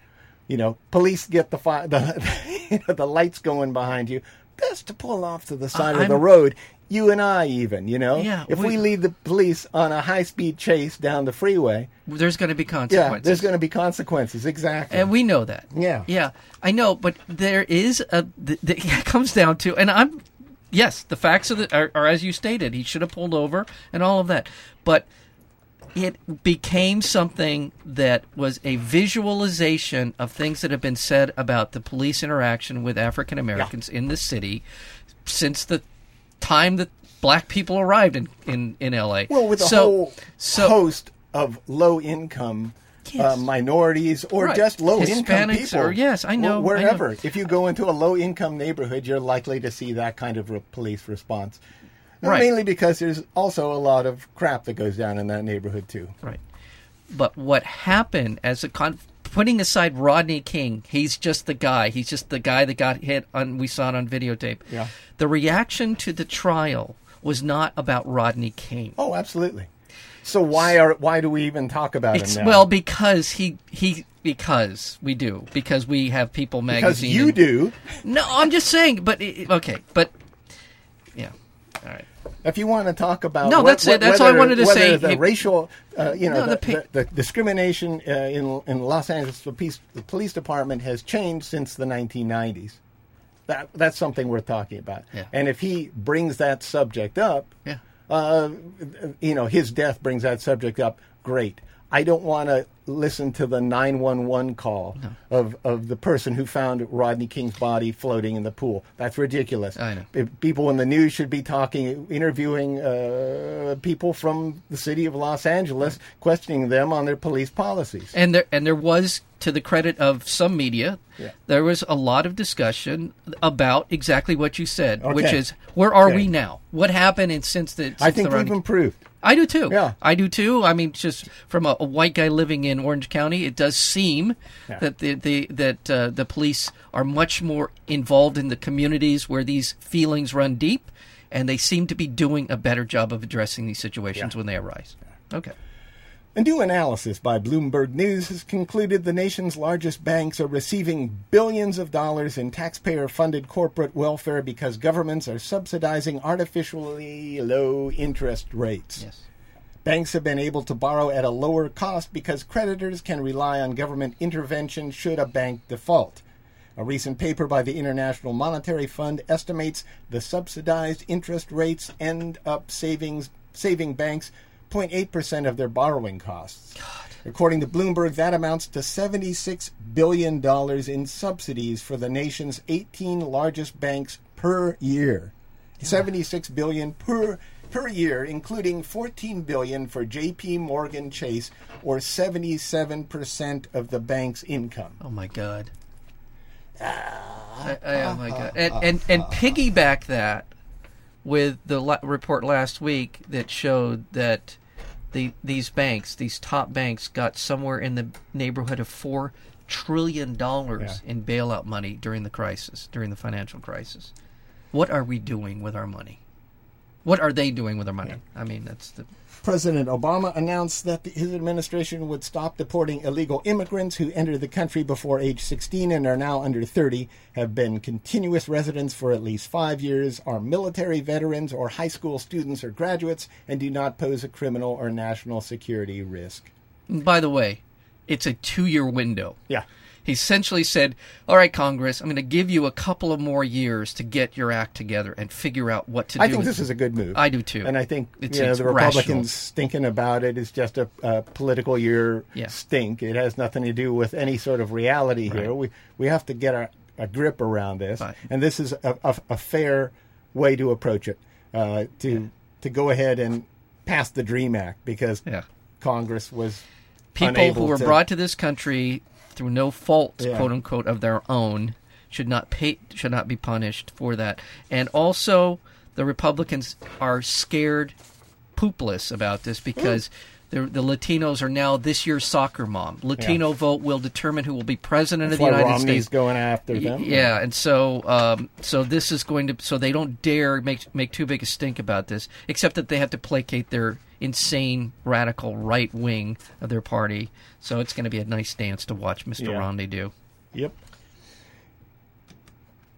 [SPEAKER 1] You know, police get the fi- (laughs) the, you know, the lights going behind you. Best to pull off to the side of the
[SPEAKER 2] I'm-
[SPEAKER 1] road. You and I, even, you know,
[SPEAKER 2] Yeah,
[SPEAKER 1] if we,
[SPEAKER 2] we-
[SPEAKER 1] lead the police on a high speed chase down the freeway,
[SPEAKER 2] There's going to be consequences.
[SPEAKER 1] yeah, there's going to be consequences. Exactly.
[SPEAKER 2] and we know that.
[SPEAKER 1] Yeah.
[SPEAKER 2] yeah, I know, but there is a th- th- (laughs) it comes down to, and I'm yes, the facts of the, are, are as you stated. He should have pulled over and all of that, but it became something that was a visualization of things that have been said about the police interaction with African Americans in this city since the time that black people arrived in in, in LA.
[SPEAKER 1] Well, with a
[SPEAKER 2] So-
[SPEAKER 1] whole
[SPEAKER 2] so-
[SPEAKER 1] host of low income uh,
[SPEAKER 2] Yes.
[SPEAKER 1] minorities or
[SPEAKER 2] Right.
[SPEAKER 1] just low income
[SPEAKER 2] Hispanics
[SPEAKER 1] people.
[SPEAKER 2] or- yes, I
[SPEAKER 1] wh-
[SPEAKER 2] know, I
[SPEAKER 1] Wherever.
[SPEAKER 2] know.
[SPEAKER 1] If you go into a low income neighborhood, you're likely to see that kind of re- police response. And
[SPEAKER 2] Right.
[SPEAKER 1] Mainly because there's also a lot of crap that goes down in that neighborhood, too.
[SPEAKER 2] Right. But what happened as a con putting aside Rodney King, he's just the guy. He's just the guy that got hit on we saw it on videotape.
[SPEAKER 1] Yeah.
[SPEAKER 2] The reaction to the trial was not about Rodney King.
[SPEAKER 1] Oh, absolutely. So why are why do we even talk about
[SPEAKER 2] It's
[SPEAKER 1] him now?
[SPEAKER 2] well because he he because we do because we have People
[SPEAKER 1] because
[SPEAKER 2] magazine.
[SPEAKER 1] you
[SPEAKER 2] and-
[SPEAKER 1] do.
[SPEAKER 2] No, I'm just saying. But it, it- okay, but yeah, all right.
[SPEAKER 1] If you want to talk about
[SPEAKER 2] No,
[SPEAKER 1] what-
[SPEAKER 2] that's it.
[SPEAKER 1] what-
[SPEAKER 2] That's all I
[SPEAKER 1] whether,
[SPEAKER 2] wanted to
[SPEAKER 1] whether
[SPEAKER 2] say.
[SPEAKER 1] The
[SPEAKER 2] Hey-
[SPEAKER 1] racial, uh, you know,
[SPEAKER 2] No,
[SPEAKER 1] the,
[SPEAKER 2] the pa-
[SPEAKER 1] the, the discrimination uh, in in Los Angeles the police, the police department has changed since the 1990s. That that's something worth talking about.
[SPEAKER 2] Yeah.
[SPEAKER 1] And if he brings that subject up,
[SPEAKER 2] Yeah.
[SPEAKER 1] uh, you know, his death brings that subject up. Great. I don't want to listen to the 911 call of, of the person who found Rodney King's body floating in the pool. That's ridiculous.
[SPEAKER 2] I know.
[SPEAKER 1] P- People in the news should be talking, interviewing uh, people from the city of Los Angeles, questioning them on their police policies.
[SPEAKER 2] and there and there was to the credit of some media
[SPEAKER 1] Yeah.
[SPEAKER 2] there was a lot of discussion about exactly what you said which
[SPEAKER 1] Okay.
[SPEAKER 2] is where are
[SPEAKER 1] Okay.
[SPEAKER 2] we now what happened and since the since
[SPEAKER 1] I think
[SPEAKER 2] the
[SPEAKER 1] we've
[SPEAKER 2] Rodney-
[SPEAKER 1] improved.
[SPEAKER 2] I do too
[SPEAKER 1] Yeah.
[SPEAKER 2] I do too I mean just from a, a white guy living in Orange County it does seem
[SPEAKER 1] Yeah.
[SPEAKER 2] that the, the that uh, the police are much more involved in the communities where these feelings run deep and they seem to be doing a better job of addressing these situations when they arise okay
[SPEAKER 1] A new analysis by Bloomberg News has concluded the nation's largest banks are receiving billions of dollars in taxpayer funded corporate welfare because governments are subsidizing artificially low interest rates.
[SPEAKER 2] yes
[SPEAKER 1] Banks have been able to borrow at a lower cost because creditors can rely on government intervention should a bank default. A recent paper by the International Monetary Fund estimates the subsidized interest rates end up savings saving banks 0.8% of their borrowing costs. According to Bloomberg, that amounts to $76 billion in subsidies for the nation's 18 largest banks per year. 76 billion per per year including 14 billion for JP Morgan Chase or 77% of the bank's income.
[SPEAKER 2] Oh my god. I- I- oh my god. And and and piggyback that with the la- report last week that showed that the these banks, these top banks got somewhere in the neighborhood of 4 trillion dollars in bailout money during the crisis, during the financial crisis. What are we doing with our money? What are they doing with our money? I mean, that's the
[SPEAKER 1] President Obama announced that the, his administration would stop deporting illegal immigrants who entered the country before age 16 and are now under 30, have been continuous residents for at least five years, are military veterans or high school students or graduates, and do not pose a criminal or national security risk.
[SPEAKER 2] By the way, it's a two-year window.
[SPEAKER 1] Yeah.
[SPEAKER 2] He essentially said, All right, Congress, I'm going to give you a couple of more years to get your act together and figure out what to
[SPEAKER 1] I
[SPEAKER 2] do.
[SPEAKER 1] think
[SPEAKER 2] with
[SPEAKER 1] this is a good move.
[SPEAKER 2] I do too.
[SPEAKER 1] And I think
[SPEAKER 2] It's-
[SPEAKER 1] you know,
[SPEAKER 2] it's
[SPEAKER 1] the
[SPEAKER 2] rational.
[SPEAKER 1] Republicans stinking about it is just a, a political year
[SPEAKER 2] Yeah.
[SPEAKER 1] stink. It has nothing to do with any sort of reality here. We we have to get a, a grip around this,
[SPEAKER 2] Right.
[SPEAKER 1] and this is a, a, a fair way to approach it. Uh, to to go ahead and pass the Dream Act because
[SPEAKER 2] Yeah.
[SPEAKER 1] Congress was
[SPEAKER 2] People
[SPEAKER 1] unable
[SPEAKER 2] who were
[SPEAKER 1] to-
[SPEAKER 2] brought to this country through no fault,
[SPEAKER 1] Yeah.
[SPEAKER 2] quote unquote, of their own should not pay should not be punished for that. And also the Republicans are scared poopless about
[SPEAKER 1] Hmm.
[SPEAKER 2] this because the, the Latinos are now this year's soccer mom. Latino vote will determine who will be president
[SPEAKER 1] That's
[SPEAKER 2] of the
[SPEAKER 1] why
[SPEAKER 2] United
[SPEAKER 1] Romney's
[SPEAKER 2] States.
[SPEAKER 1] going after them.
[SPEAKER 2] Yeah, and so um, so this is going to so they don't dare make make too big a stink about this, except that they have to placate their insane radical right wing of their party. So it's going to be a nice dance to watch Mr.
[SPEAKER 1] Yeah.
[SPEAKER 2] Romney do.
[SPEAKER 1] Yep.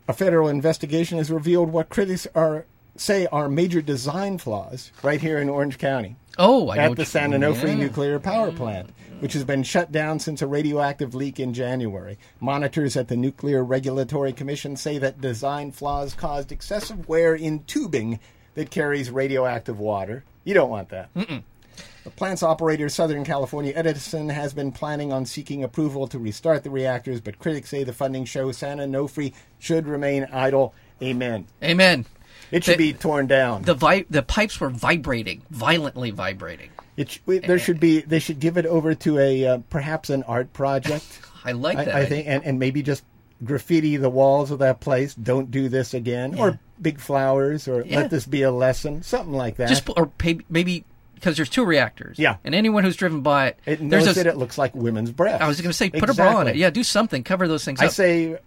[SPEAKER 1] A federal investigation has revealed what critics are say are major design flaws right here in Orange County
[SPEAKER 2] Oh, I know
[SPEAKER 1] at
[SPEAKER 2] what
[SPEAKER 1] the
[SPEAKER 2] you-
[SPEAKER 1] San Onofre
[SPEAKER 2] yeah.
[SPEAKER 1] nuclear power plant, which has been shut down since a radioactive leak in January. Monitors at the Nuclear Regulatory Commission say that design flaws caused excessive wear in tubing that carries radioactive water. You don't want that. The plant's operator, Southern California Edison, has been planning on seeking approval to restart the reactors, but critics say the funding show San Onofre should remain idle. Amen.
[SPEAKER 2] Amen.
[SPEAKER 1] It should
[SPEAKER 2] The-
[SPEAKER 1] be torn down.
[SPEAKER 2] The vi- the pipes were vibrating, violently vibrating.
[SPEAKER 1] It sh- we, there should be they should give it over to a uh, perhaps an art project.
[SPEAKER 2] I (laughs) like that.
[SPEAKER 1] I, I think and, and maybe just graffiti the walls of that place. Don't do this again,
[SPEAKER 2] Yeah.
[SPEAKER 1] or big flowers, or
[SPEAKER 2] Yeah.
[SPEAKER 1] let this be a lesson, something like that.
[SPEAKER 2] just or pay, maybe because there's two reactors.
[SPEAKER 1] Yeah.
[SPEAKER 2] and anyone who's driven by it,
[SPEAKER 1] it knows
[SPEAKER 2] there's a-
[SPEAKER 1] that it looks like women's breasts.
[SPEAKER 2] I was going to say, put a bra on it.
[SPEAKER 1] Exactly.
[SPEAKER 2] Yeah, do something. Cover those things.
[SPEAKER 1] I
[SPEAKER 2] up.
[SPEAKER 1] say,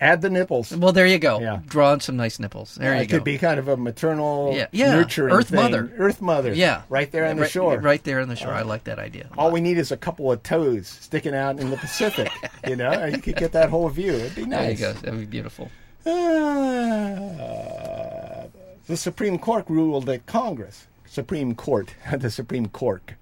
[SPEAKER 1] add the nipples.
[SPEAKER 2] Well, there you go.
[SPEAKER 1] Yeah.
[SPEAKER 2] Draw on some nice nipples. There you
[SPEAKER 1] it
[SPEAKER 2] go.
[SPEAKER 1] could be kind of a maternal,
[SPEAKER 2] Yeah. Yeah.
[SPEAKER 1] nurturing
[SPEAKER 2] Earth
[SPEAKER 1] thing.
[SPEAKER 2] mother.
[SPEAKER 1] Earth mother.
[SPEAKER 2] Yeah.
[SPEAKER 1] right there on the
[SPEAKER 2] Right-
[SPEAKER 1] shore.
[SPEAKER 2] Right there on the shore. I like that idea.
[SPEAKER 1] All we need is a couple of toes sticking out in the Pacific. you know, and you could get that whole view. It'd be nice.
[SPEAKER 2] There you go. That would be beautiful.
[SPEAKER 1] Uh, Ah. the Supreme Court ruled that Congress, Supreme Court, (laughs) the Supreme Court,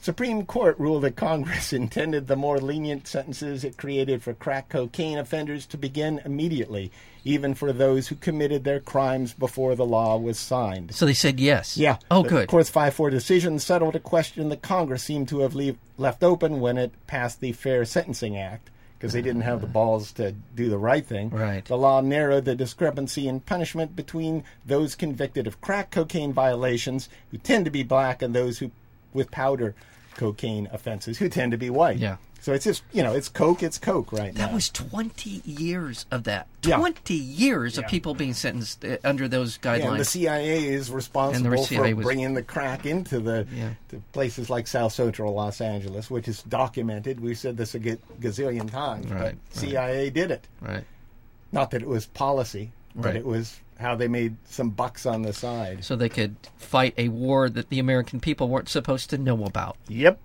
[SPEAKER 1] Supreme Court ruled that Congress (laughs) intended the more lenient sentences it created for crack cocaine offenders to begin immediately, even for those who committed their crimes before the law was signed.
[SPEAKER 2] So they said yes.
[SPEAKER 1] Yeah.
[SPEAKER 2] Oh,
[SPEAKER 1] The
[SPEAKER 2] good.
[SPEAKER 1] court's 5 4 decision settled a question that Congress seemed to have leave, left open when it passed the Fair Sentencing Act because they didn't have the balls to do the right thing.
[SPEAKER 2] Right.
[SPEAKER 1] The law narrowed the discrepancy in punishment between those convicted of crack cocaine violations, who tend to be black, and those who with powder cocaine offenses, who tend to be white.
[SPEAKER 2] Yeah.
[SPEAKER 1] So it's just, you know, it's coke, it's coke right now.
[SPEAKER 2] That was 20 years of that.
[SPEAKER 1] Yeah.
[SPEAKER 2] 20 years of people being sentenced uh, under those guidelines.
[SPEAKER 1] And the CIA is responsible
[SPEAKER 2] CIA
[SPEAKER 1] for
[SPEAKER 2] was-
[SPEAKER 1] bringing the crack into the
[SPEAKER 2] Yeah.
[SPEAKER 1] to places like South Central Los Angeles, which is documented. We've said this a ga- gazillion times. but
[SPEAKER 2] Right, right.
[SPEAKER 1] CIA did it.
[SPEAKER 2] right.
[SPEAKER 1] Not that it was policy, but
[SPEAKER 2] Right.
[SPEAKER 1] it was how they made some bucks on the side.
[SPEAKER 2] So they could fight a war that the American people weren't supposed to know about.
[SPEAKER 1] Yep.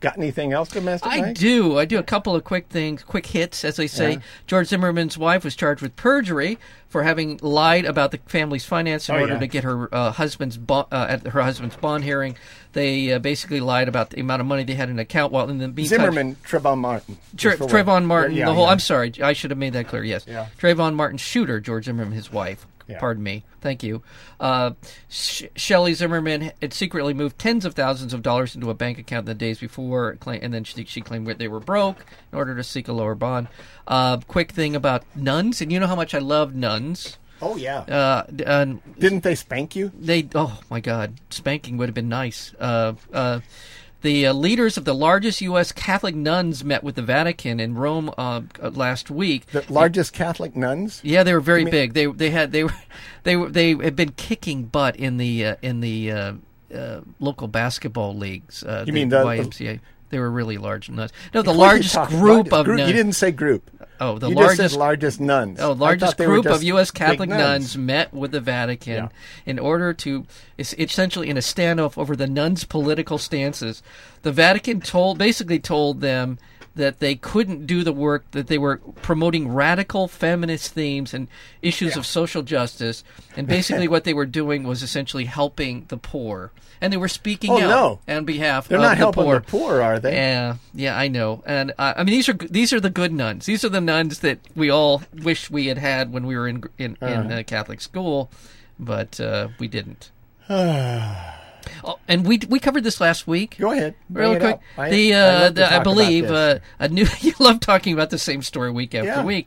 [SPEAKER 1] Got anything else domestic?
[SPEAKER 2] I
[SPEAKER 1] Mike?
[SPEAKER 2] do. I do a couple of quick things, quick hits, as they say.
[SPEAKER 1] Yeah.
[SPEAKER 2] George Zimmerman's wife was charged with perjury for having lied about the family's finance in
[SPEAKER 1] Oh,
[SPEAKER 2] order
[SPEAKER 1] yeah.
[SPEAKER 2] to get her uh, husband's bo- uh, at her husband's bond hearing. They uh, basically lied about the amount of money they had in account. While in the meantime,
[SPEAKER 1] Zimmerman, Trevon Martin.
[SPEAKER 2] Tre-
[SPEAKER 1] Just for one.
[SPEAKER 2] Trayvon Martin,
[SPEAKER 1] Yeah,
[SPEAKER 2] the whole.
[SPEAKER 1] yeah.
[SPEAKER 2] I'm sorry, I should have made that clear. Yes,
[SPEAKER 1] Yeah.
[SPEAKER 2] Trayvon Martin shooter, George Zimmerman, his wife.
[SPEAKER 1] Yeah.
[SPEAKER 2] Pardon me. Thank you. Uh, Sh- Shelley Zimmerman had secretly moved tens of thousands of dollars into a bank account the days before, claim- and then she, she claimed that they were broke in order to seek a lower bond. Uh, quick thing about nuns, and you know how much I love nuns.
[SPEAKER 1] Oh, yeah.
[SPEAKER 2] Uh, d- and
[SPEAKER 1] Didn't they spank you?
[SPEAKER 2] they oh my god spanking would have been nice uh, uh, the uh, leaders of the largest u.s catholic nuns met with the vatican in rome uh, uh, last week
[SPEAKER 1] The largest Catholic nuns?
[SPEAKER 2] yeah they were very big they they had they were (laughs) they were they had been kicking butt in the uh, in the uh, uh, local basketball leagues uh,
[SPEAKER 1] mean
[SPEAKER 2] the
[SPEAKER 1] the-
[SPEAKER 2] ymca they were really large nuns no the
[SPEAKER 1] What are you
[SPEAKER 2] largest
[SPEAKER 1] talking
[SPEAKER 2] group
[SPEAKER 1] about?
[SPEAKER 2] of nuns
[SPEAKER 1] You didn't say group.
[SPEAKER 2] Oh, the
[SPEAKER 1] you just
[SPEAKER 2] largest-
[SPEAKER 1] said largest nuns. I
[SPEAKER 2] Oh,
[SPEAKER 1] thought
[SPEAKER 2] largest
[SPEAKER 1] they were
[SPEAKER 2] group of
[SPEAKER 1] just
[SPEAKER 2] U.S.
[SPEAKER 1] big
[SPEAKER 2] Catholic nuns. met with the Vatican
[SPEAKER 1] Yeah.
[SPEAKER 2] in order to es- essentially in a standoff over the nuns' political stances. The Vatican told basically told them that they couldn't do the work that they were promoting radical feminist themes and issues of social justice and basically what they were doing was essentially helping the poor and they were speaking
[SPEAKER 1] Oh,
[SPEAKER 2] out
[SPEAKER 1] no.
[SPEAKER 2] on behalf
[SPEAKER 1] They're
[SPEAKER 2] of
[SPEAKER 1] not
[SPEAKER 2] uh, the
[SPEAKER 1] helping
[SPEAKER 2] poor.
[SPEAKER 1] the poor, are they?
[SPEAKER 2] Yeah, yeah, I know. And uh, I mean, these are g- these are the good nuns. These are the nuns that we all wish we had had when we were in in, in uh, Catholic school, but uh, we didn't. Oh, and we we covered this last week.
[SPEAKER 1] Go ahead. Bring
[SPEAKER 2] Real
[SPEAKER 1] it
[SPEAKER 2] quick,
[SPEAKER 1] up. I-
[SPEAKER 2] the,
[SPEAKER 1] I
[SPEAKER 2] uh,
[SPEAKER 1] love to
[SPEAKER 2] the- I
[SPEAKER 1] talk about
[SPEAKER 2] believe
[SPEAKER 1] this.
[SPEAKER 2] uh, a new (laughs) you love talking about the same story week after
[SPEAKER 1] Yeah.
[SPEAKER 2] week.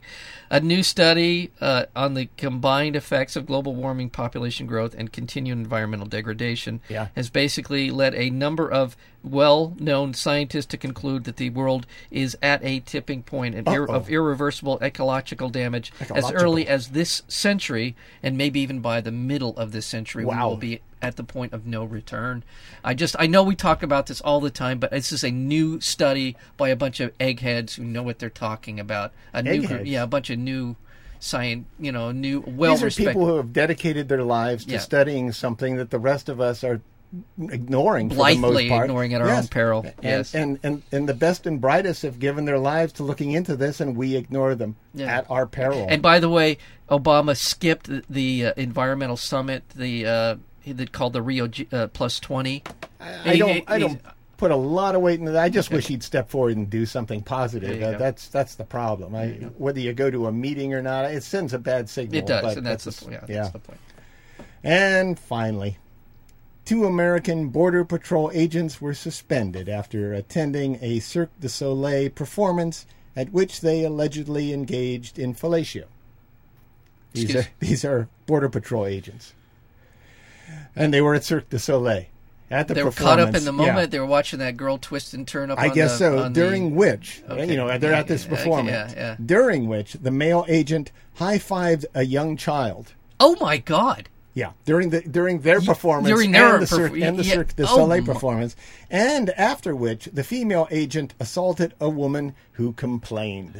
[SPEAKER 2] A new study uh, on the combined effects of global warming, population growth, and continued environmental degradation
[SPEAKER 1] Yeah.
[SPEAKER 2] has basically led a number of well-known scientists to conclude that the world is at a tipping point and ir-
[SPEAKER 1] Uh-oh.
[SPEAKER 2] of irreversible ecological damage as
[SPEAKER 1] Ecological.
[SPEAKER 2] early as this century, and maybe even by the middle of this century, we
[SPEAKER 1] Wow.
[SPEAKER 2] will be at the point of no return. I just I know we talk about this all the time, but this is a new study by a bunch of eggheads who know what they're talking about. A new group,
[SPEAKER 1] Eggheads?
[SPEAKER 2] yeah, a bunch of new science, you know, new well
[SPEAKER 1] These are people
[SPEAKER 2] respected.
[SPEAKER 1] who have dedicated their lives to
[SPEAKER 2] Yeah.
[SPEAKER 1] studying something that the rest of us are ignoring for the
[SPEAKER 2] Blithely
[SPEAKER 1] most part.
[SPEAKER 2] ignoring at our own peril.
[SPEAKER 1] And,
[SPEAKER 2] Yes.
[SPEAKER 1] And, and and the best and brightest have given their lives to looking into this and we ignore them
[SPEAKER 2] Yeah.
[SPEAKER 1] at our peril.
[SPEAKER 2] And by the way, Obama skipped the, the uh, environmental summit, the uh, he- that called the Rio G, uh, Plus Twenty.
[SPEAKER 1] I don't I
[SPEAKER 2] He's-
[SPEAKER 1] don't put a lot of weight into that. I just wish he'd step forward and do something positive.
[SPEAKER 2] you
[SPEAKER 1] Uh,
[SPEAKER 2] go.
[SPEAKER 1] that's that's the problem. I, whether you go to a meeting or not, it sends a bad signal.
[SPEAKER 2] It does,
[SPEAKER 1] but
[SPEAKER 2] and that's, the yeah,
[SPEAKER 1] just-
[SPEAKER 2] that's the point.
[SPEAKER 1] And finally, two American Border Patrol agents were suspended after attending a Cirque du Soleil performance at which they allegedly engaged in fellatio. These
[SPEAKER 2] Excuse-
[SPEAKER 1] are, these are Border Patrol agents. And they were at Cirque du Soleil. At the
[SPEAKER 2] They were caught up in the
[SPEAKER 1] performance.
[SPEAKER 2] moment.
[SPEAKER 1] Yeah.
[SPEAKER 2] They were watching that girl twist and turn up.
[SPEAKER 1] I
[SPEAKER 2] on
[SPEAKER 1] guess
[SPEAKER 2] the-
[SPEAKER 1] so.
[SPEAKER 2] on the-
[SPEAKER 1] During which,
[SPEAKER 2] Okay.
[SPEAKER 1] you know, they're at this
[SPEAKER 2] Yeah, okay,
[SPEAKER 1] performance.
[SPEAKER 2] yeah, yeah.
[SPEAKER 1] During which, the male agent high fived a young child.
[SPEAKER 2] oh my god.
[SPEAKER 1] Yeah, during the during their performance and,
[SPEAKER 2] during their
[SPEAKER 1] the Cirque,
[SPEAKER 2] perf-
[SPEAKER 1] and the
[SPEAKER 2] yeah,
[SPEAKER 1] Cirque du
[SPEAKER 2] oh
[SPEAKER 1] Soleil
[SPEAKER 2] my-
[SPEAKER 1] performance, and after which the female agent assaulted a woman who complained.